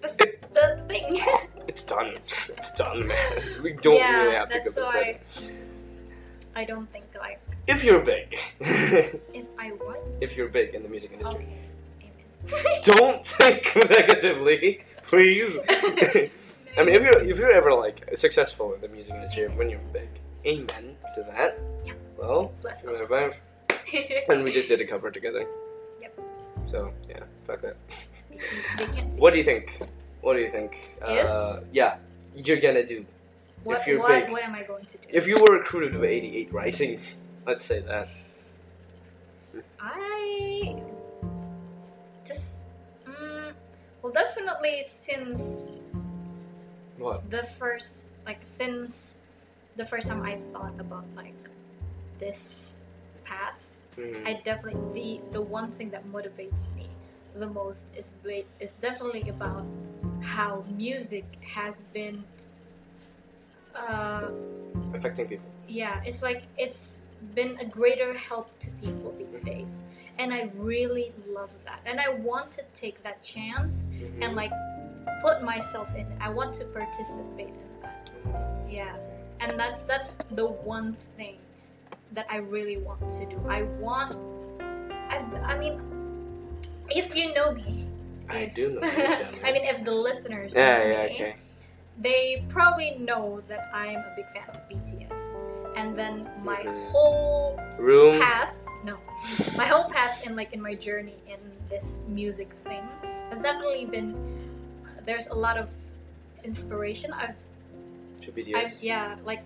Speaker 2: the, the thing.
Speaker 1: it's done. It's done, man. *laughs* We don't
Speaker 2: Yeah,
Speaker 1: really have to
Speaker 2: that's
Speaker 1: give it
Speaker 2: why-
Speaker 1: credit.
Speaker 2: I don't think like
Speaker 1: If you're big, *laughs*
Speaker 2: if I want.
Speaker 1: if you're big in the music industry,
Speaker 2: Okay.
Speaker 1: don't think negatively, please. *laughs* I mean, if you're if you're ever like successful in the music industry when you're big, amen to that.
Speaker 2: Yes.
Speaker 1: Well,
Speaker 2: Bless
Speaker 1: you know, bye.
Speaker 2: you.
Speaker 1: *laughs* and we just
Speaker 2: *laughs*
Speaker 1: did a cover together.
Speaker 2: Yep.
Speaker 1: So yeah, fuck that.
Speaker 2: They can't see.
Speaker 1: What do you think? What do you think? Uh, yeah, you're gonna do
Speaker 2: What,
Speaker 1: if you're
Speaker 2: what,
Speaker 1: big-
Speaker 2: what am I going to do?
Speaker 1: if you were recruited by 88 Rising. Let's say that.
Speaker 2: I just mm, well definitely since
Speaker 1: What?
Speaker 2: the first like since the first time I thought about like this path,
Speaker 1: Mhm.
Speaker 2: I definitely the the one thing that motivates me the most is ba- is definitely about how music has been uh
Speaker 1: Affecting people.
Speaker 2: yeah it's like it's been a greater help to people these days and i really love that and i want to take that chance
Speaker 1: Mhm.
Speaker 2: and like put myself in it. i want to participate in that yeah and that's that's the one thing that i really want to do i want i, I mean if you know me *laughs*
Speaker 1: I
Speaker 2: if-
Speaker 1: do know. you've done
Speaker 2: i mean
Speaker 1: this.
Speaker 2: if the listeners
Speaker 1: yeah,
Speaker 2: know
Speaker 1: yeah,
Speaker 2: me,
Speaker 1: okay.
Speaker 2: they probably know that I'm a big fan of BTS. And then my
Speaker 1: Mhm.
Speaker 2: whole
Speaker 1: Room.
Speaker 2: path, no, my whole path in like in my journey in this music thing has definitely been there's a lot of inspiration. I've,
Speaker 1: Two
Speaker 2: I've
Speaker 1: videos.
Speaker 2: yeah, like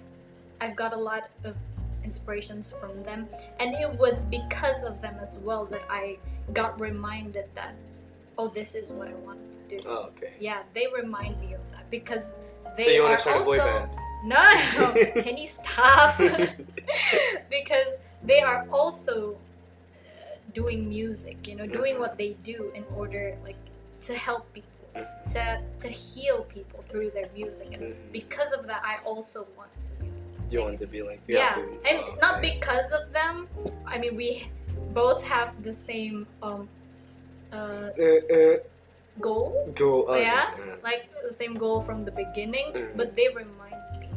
Speaker 2: I've got a lot of inspirations from them, and it was because of them as well that I got reminded that oh, this is what I wanted to do.
Speaker 1: Oh, okay.
Speaker 2: Yeah, they remind me of that because they
Speaker 1: so you
Speaker 2: are
Speaker 1: want to start
Speaker 2: also
Speaker 1: a boy band?
Speaker 2: *laughs* no, can you stop? *laughs* because they are also uh, doing music, you know, doing what they do in order like to help people, to to heal people through their music, and
Speaker 1: Mhm.
Speaker 2: because of that, I also want to. Do it.
Speaker 1: you want to be like you
Speaker 2: Yeah,
Speaker 1: have to,
Speaker 2: and
Speaker 1: oh,
Speaker 2: not
Speaker 1: okay.
Speaker 2: because of them. I mean, we both have the same um uh
Speaker 1: Uh,
Speaker 2: goal,
Speaker 1: uh, go on.
Speaker 2: Oh, Yeah? like the same goal from the beginning,
Speaker 1: Mhm.
Speaker 2: but they remind me.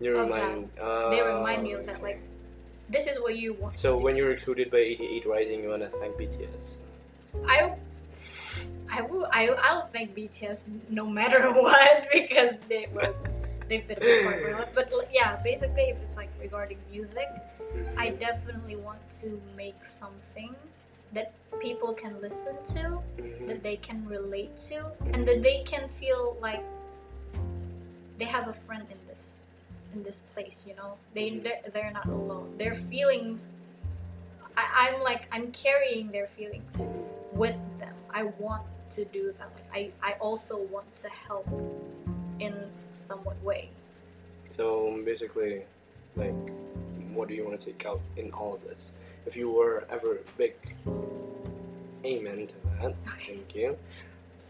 Speaker 1: You
Speaker 2: Of
Speaker 1: remind.
Speaker 2: Oh, They remind me of that,
Speaker 1: okay.
Speaker 2: like, this is what you want.
Speaker 1: So
Speaker 2: to
Speaker 1: when you're recruited by 88 Rising, you wanna thank BTS.
Speaker 2: do. I, I will, I, I'll thank BTS no matter *laughs* what because they were, they've been a part of my life. But like, yeah, basically, if it's like regarding music, I definitely want to make something that people can listen to,
Speaker 1: Mhm.
Speaker 2: that they can relate to, and that they can feel like they have a friend in this in this place. You know, they they're- they're not alone. Their feelings, I, I'm like I'm carrying their feelings with them. I want to do that. Like, I I also want to help in somewhat way. *laughs*
Speaker 1: So basically, like, what do you want to take out in all of this? If you were ever big, amen to that.
Speaker 2: Okay.
Speaker 1: Thank you.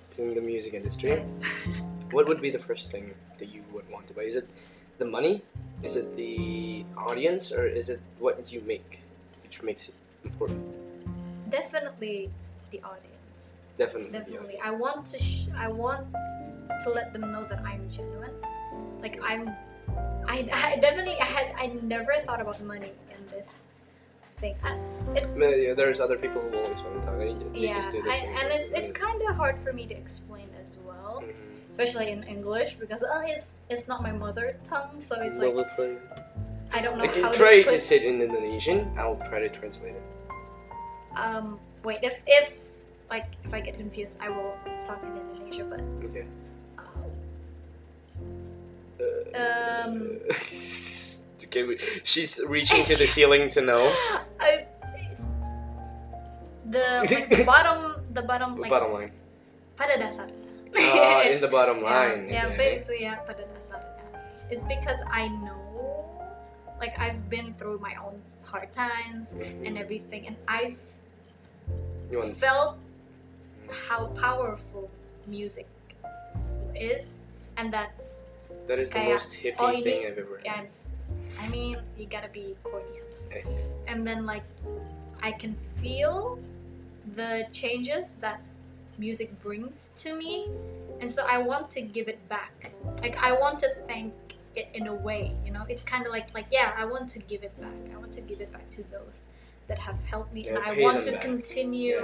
Speaker 1: It's in the music industry.
Speaker 2: Yes.
Speaker 1: What would be the first thing that you would want to buy? Is it the money? Is it the audience, or is it what you make, which makes it important?
Speaker 2: Definitely the audience.
Speaker 1: Definitely. the
Speaker 2: definitely i want to sh- i want to let them know that i'm genuine like i'm i, I definitely i had i never thought about money in this thing I, it's
Speaker 1: audience. No, yeah, There's other people who always want to talk. They, they
Speaker 2: yeah
Speaker 1: just do this
Speaker 2: I,
Speaker 1: thing
Speaker 2: and
Speaker 1: with
Speaker 2: it's it's
Speaker 1: money.
Speaker 2: kind of hard for me to explain as well
Speaker 1: Mhm.
Speaker 2: especially in english because oh it's it's not my mother tongue so it's
Speaker 1: Well,
Speaker 2: like
Speaker 1: let's like-
Speaker 2: i don't know
Speaker 1: I
Speaker 2: how
Speaker 1: can try
Speaker 2: put-
Speaker 1: to sit in Indonesian. I'll try to translate it.
Speaker 2: um wait if if like if i get confused i will talk in indonesia but
Speaker 1: Okay.
Speaker 2: uh,
Speaker 1: Uh,
Speaker 2: Um.
Speaker 1: *laughs* okay, we- she's reaching
Speaker 2: *laughs*
Speaker 1: to the ceiling to know.
Speaker 2: *gasps* I, it's- the like
Speaker 1: *laughs*
Speaker 2: the bottom the bottom
Speaker 1: The
Speaker 2: like
Speaker 1: bottom
Speaker 2: *laughs*
Speaker 1: line.
Speaker 2: pada dasarnya.
Speaker 1: Uh, in the bottom line.
Speaker 2: *laughs* Yeah, yeah,
Speaker 1: okay.
Speaker 2: basically yeah, pada dasarnya. It's because I know, like I've been through my own hard times
Speaker 1: Mm-hmm.
Speaker 2: and everything, and I've
Speaker 1: You want
Speaker 2: felt how powerful music is, and that
Speaker 1: that is the
Speaker 2: Kaya-
Speaker 1: most hippie
Speaker 2: oh, ini-
Speaker 1: thing I've ever heard.
Speaker 2: and I mean you gotta be corny sometimes. and then like I can feel the changes that music brings to me and so I want to give it back like I want to thank it in a way you know it's kind of like like yeah I want to give it back I want to give it back to those that have helped me
Speaker 1: Yeah,
Speaker 2: and I
Speaker 1: pay
Speaker 2: want
Speaker 1: them
Speaker 2: to
Speaker 1: back.
Speaker 2: continue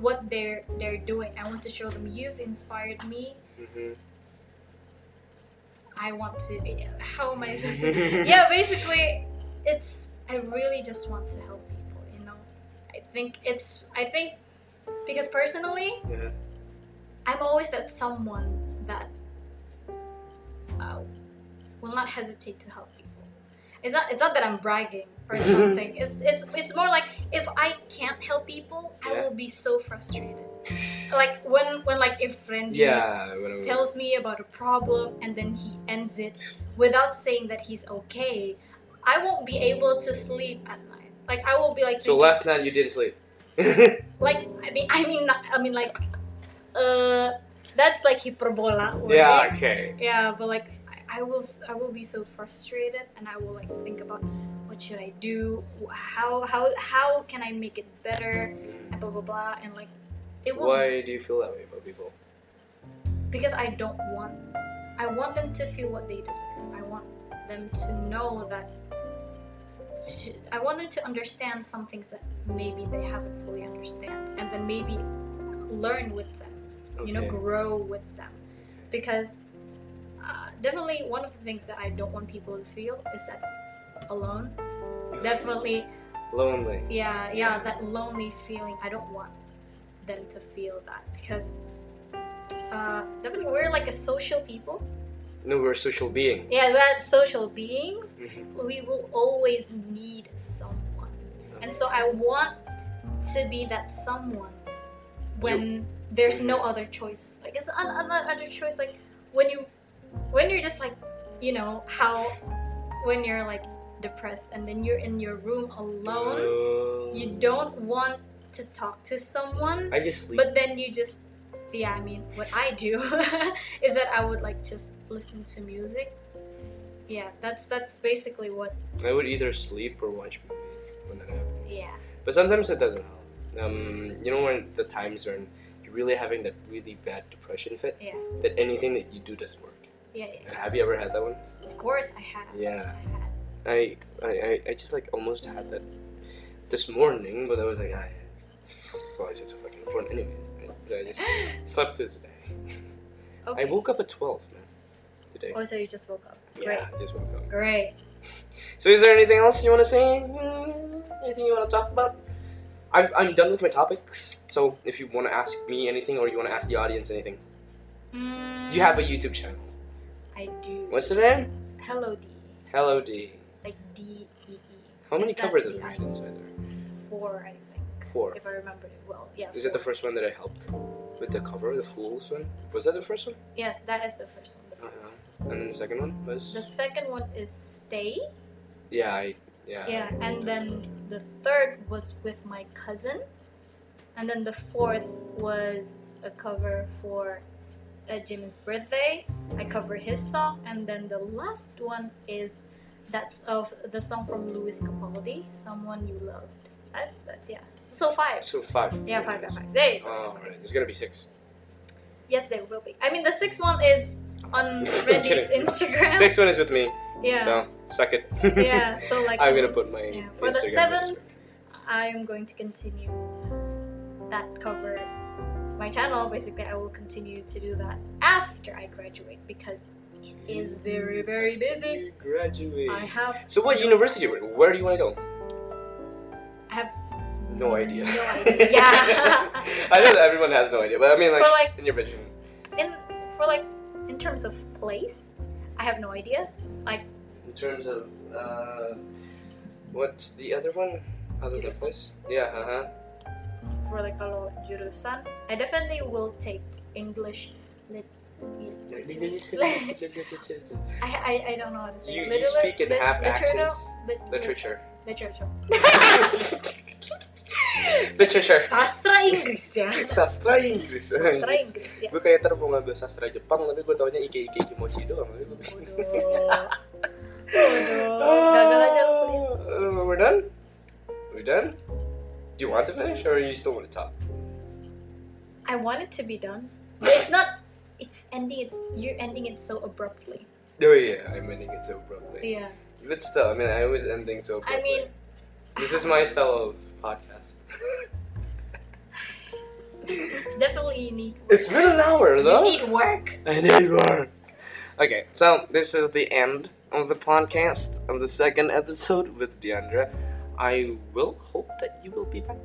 Speaker 2: what they're they're doing I want to show them you've inspired me Mm-hmm.
Speaker 1: hmm
Speaker 2: I want to eh, how am I supposed
Speaker 1: *laughs*
Speaker 2: to
Speaker 1: Mm-hmm.
Speaker 2: *laughs* yeah, basically, it's I really just want to help people. You know, I think it's I think because personally,
Speaker 1: Yeah.
Speaker 2: I'm always that someone that uh, will not hesitate to help people. It's not it's not that I'm bragging
Speaker 1: *laughs*
Speaker 2: or something. it's it's it's more like if I can't help people, I
Speaker 1: Yeah.
Speaker 2: will be so frustrated. Like when when like if friend
Speaker 1: Yeah. Whatever.
Speaker 2: tells me about a problem and then he ends it without saying that he's okay, I won't be able to sleep at night. Like I will be like,
Speaker 1: so
Speaker 2: thinking-
Speaker 1: last night you didn't sleep. *laughs* yeah.
Speaker 2: like I mean, I mean, not- I mean, like, uh, that's like hyperbola. word.
Speaker 1: Okay.
Speaker 2: Yeah, but like, I, I will, s- I will be so frustrated, and I will like think about what should I do, Wh- how, how, how can I make it better,
Speaker 1: Mm.
Speaker 2: and blah blah blah, and like, it will
Speaker 1: Why do you feel that way about people?
Speaker 2: because I don't want I want them to feel what they deserve. I want them to know that I want them to understand some things that maybe they haven't fully understand and then maybe learn with them,
Speaker 1: Okay.
Speaker 2: you know, grow with them. Because uh, definitely one of the things that I don't want people to feel is that alone. Definitely
Speaker 1: Lonely.
Speaker 2: yeah, yeah, that lonely feeling. I don't want them to feel that because uh, definitely we're like a social people.
Speaker 1: No, we're social being.
Speaker 2: Yeah, we're social beings.
Speaker 1: Mhm.
Speaker 2: We will always need someone, and so I want to be that someone when there's no other choice. Like it's an an- an other choice. Like when you when you're just like you know how when you're like depressed and then you're in your room alone you
Speaker 1: Um,
Speaker 2: don't want to talk to someone
Speaker 1: I just sleep.
Speaker 2: but then you just yeah i mean what i do *laughs* is that i would like just listen to music yeah that's that's basically what
Speaker 1: I would either sleep or watch movies when that happens.
Speaker 2: yeah
Speaker 1: But sometimes it doesn't help. Um, you know when the times when you're really having that really bad depression fit?
Speaker 2: Yeah.
Speaker 1: That anything that you do doesn't work.
Speaker 2: yeah, yeah.
Speaker 1: Have you ever had that one?
Speaker 2: *gasps* of course i have
Speaker 1: Yeah.
Speaker 2: I had.
Speaker 1: I, I, I, I just like almost had that this morning, but I was like, I, well, I said so fucking important. Anyways, I, I just slept through the day.
Speaker 4: Okay.
Speaker 1: I woke up at 12, man, today.
Speaker 2: Oh, so you just woke up.
Speaker 1: yeah, I just woke up.
Speaker 2: Great.
Speaker 1: So, is there anything else you want to say? Mm, Anything you want to talk about? I've, I'm done with my topics. So, if you want to ask me anything or you want to ask the audience anything,
Speaker 4: Mm,
Speaker 1: you have a YouTube channel.
Speaker 2: I do.
Speaker 1: What's the name?
Speaker 2: Hello D.
Speaker 1: Hello D.
Speaker 2: Like D E E.
Speaker 1: How many
Speaker 2: Is that
Speaker 1: covers have
Speaker 2: the
Speaker 1: you
Speaker 2: I-
Speaker 1: made inside there?
Speaker 2: Four, I think.
Speaker 1: Four.
Speaker 2: If I remember it well. Yeah.
Speaker 1: Is that the
Speaker 2: four.
Speaker 1: first one that I helped with the cover, the Fools one? Was that the first one?
Speaker 2: Yes, that is the first one. The,
Speaker 1: Uh-huh.
Speaker 2: first.
Speaker 1: And then the second one was.
Speaker 2: the second one is Stay.
Speaker 1: Yeah, I. Yeah.
Speaker 2: Yeah, and then the third was with my cousin, and then the fourth was a cover for uh, Jimin's birthday. I cover his song, and then the last one is that's of the song from Louis Capaldi, "Someone You Loved." That's that's yeah. So five.
Speaker 1: So five. Oh,
Speaker 2: Yeah, five, five, five. There you go.
Speaker 1: Alright, it's gonna be six.
Speaker 2: Yes, there will be. I mean, the sixth one is on Reddy's
Speaker 1: kidding.
Speaker 2: Instagram.
Speaker 1: Sixth one is with me,
Speaker 2: Yeah,
Speaker 1: so suck it. *laughs*
Speaker 2: yeah. So like,
Speaker 1: I'm gonna put my
Speaker 2: Yeah, for the
Speaker 1: Instagram in
Speaker 2: seven-
Speaker 1: description.
Speaker 2: I'm going to continue that cover my channel. Basically, I will continue to do that after I graduate because it is very, very busy.
Speaker 1: You graduate.
Speaker 2: I have
Speaker 1: So what university? were- Where do you want to go?
Speaker 2: I have
Speaker 1: No idea. *laughs*
Speaker 2: No idea. Yeah.
Speaker 1: I know that everyone has no idea, but I mean like,
Speaker 2: For, like-
Speaker 1: in your vision.
Speaker 2: in for like in terms of place, I have no idea.
Speaker 1: In terms of uh, what's the other one? Other than
Speaker 2: Jurusan.
Speaker 1: place? Yeah. Uh huh.
Speaker 2: For like kalau jurusan, I definitely will take English lit.
Speaker 1: you,
Speaker 2: *laughs*
Speaker 1: *laughs*
Speaker 2: I, I, I don't know how to say it.
Speaker 1: you
Speaker 2: Literature-
Speaker 1: speak in
Speaker 2: lit-
Speaker 1: half
Speaker 2: literature-
Speaker 1: accents.
Speaker 2: lit-
Speaker 1: Literature.
Speaker 2: Literature.
Speaker 1: Literature.
Speaker 2: Sastra Inggris ya.
Speaker 1: *laughs* Sastra Inggris.
Speaker 2: Sastra Inggris ya.
Speaker 1: Gue
Speaker 2: *laughs*
Speaker 1: kayak ntar mau ngambil sastra Jepang, tapi gue taunya Ike Ike Kimoshi doang.
Speaker 2: Waduh. Waduh. Gagal aja lu kuliah.
Speaker 1: Uh, we're done? We're done? Do you want to finish or you still want to talk?
Speaker 2: I want it to be done. But it's not it's ending it's you're ending it so abruptly.
Speaker 1: Oh yeah, I'm ending it so abruptly.
Speaker 2: Yeah.
Speaker 1: But still, I mean, I always end things so abruptly.
Speaker 2: I mean
Speaker 1: this is my style of podcast.
Speaker 2: it's definitely you need
Speaker 1: It's been an hour
Speaker 2: you
Speaker 1: though.
Speaker 2: need work.
Speaker 1: I need work. Okay, so this is the end of the podcast of the second episode with Deandra. I will hope that you will be back.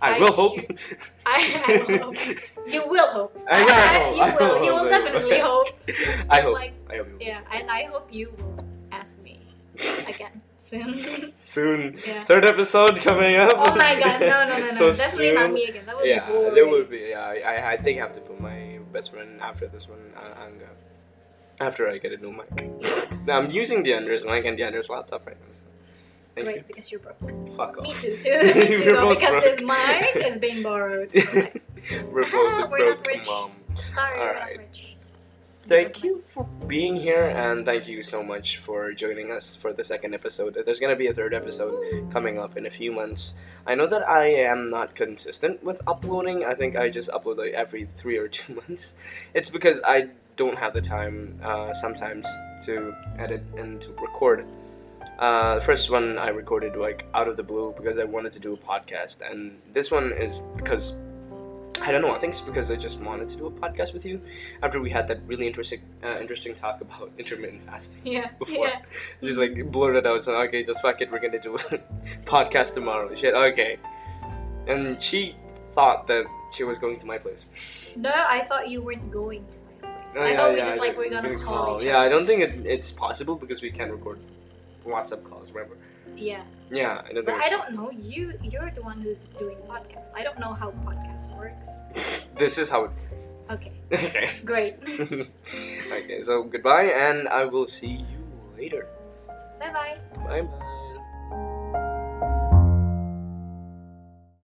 Speaker 1: I,
Speaker 2: I
Speaker 1: will hope.
Speaker 2: should- *laughs* I, I will hope. You will hope.
Speaker 1: I will hope.
Speaker 2: you
Speaker 1: I
Speaker 2: will.
Speaker 1: will
Speaker 2: you will
Speaker 1: hope. *laughs*
Speaker 2: definitely hope.
Speaker 1: *laughs* I hope.
Speaker 2: Like
Speaker 1: I hope you will.
Speaker 2: yeah, and I hope you will ask me again soon.
Speaker 1: *laughs* Soon.
Speaker 2: *laughs* yeah.
Speaker 1: Third episode coming up.
Speaker 2: Oh my god, no
Speaker 1: *laughs*
Speaker 2: no no no.
Speaker 1: So soon.
Speaker 2: definitely not me again. That would
Speaker 1: Yeah,
Speaker 2: be boring.
Speaker 1: there will be. Yeah, I, I, I think I have to put my best friend after this one, uh, and uh, after I get a new mic. *laughs* now I'm using Deandra's mic and Deandra's laptop right now. So. Thank
Speaker 2: Great, because you're broke.
Speaker 1: you. Fuck *laughs* off.
Speaker 2: Me too, too. Me too,
Speaker 1: We're
Speaker 2: though,
Speaker 1: both
Speaker 2: because
Speaker 1: broke.
Speaker 2: this mic is being
Speaker 1: *laughs*
Speaker 2: borrowed.
Speaker 1: We're
Speaker 2: *laughs* We're
Speaker 1: both
Speaker 2: not
Speaker 1: broke
Speaker 2: rich.
Speaker 1: mom.
Speaker 2: Sorry,
Speaker 1: All
Speaker 2: we're
Speaker 1: right.
Speaker 2: not rich.
Speaker 1: Thank you for being here, and thank you so much for joining us for the second episode. There's gonna be a third episode coming up in a few months. I know that I am not consistent with uploading. I think I just upload like every three or two *laughs* months. It's because I don't have the time uh, sometimes to edit and to record. Uh, the first one I recorded like out of the blue because I wanted to do a podcast, and this one is because I don't know. I think it's because I just wanted to do a podcast with you after we had that really interesting uh, interesting talk about *laughs* intermittent fasting
Speaker 2: Yeah.
Speaker 1: before.
Speaker 2: Yeah.
Speaker 1: Just like blurted out, so okay, just fuck it, we're gonna do a *laughs* podcast tomorrow. Shit, okay. And she thought that she was going to my place.
Speaker 2: No, I thought you weren't going to my place.
Speaker 1: Oh,
Speaker 2: I
Speaker 1: yeah,
Speaker 2: thought we
Speaker 1: yeah,
Speaker 2: just
Speaker 1: I
Speaker 2: like we're
Speaker 1: did-
Speaker 2: gonna
Speaker 1: didn't
Speaker 2: call, each
Speaker 1: Yeah, I don't think it, it's possible because we can't record WhatsApp calls, remember?
Speaker 2: other. Yeah.
Speaker 1: Yeah, I don't
Speaker 2: But
Speaker 1: think.
Speaker 2: I don't know. You you're the one who's doing podcasts. I don't know how podcasts works.
Speaker 1: This is how it. *laughs*
Speaker 2: Okay.
Speaker 1: Okay. *laughs*
Speaker 2: Great. *laughs*
Speaker 1: okay, so goodbye, and I will see you later.
Speaker 2: bye bye.
Speaker 1: Bye bye.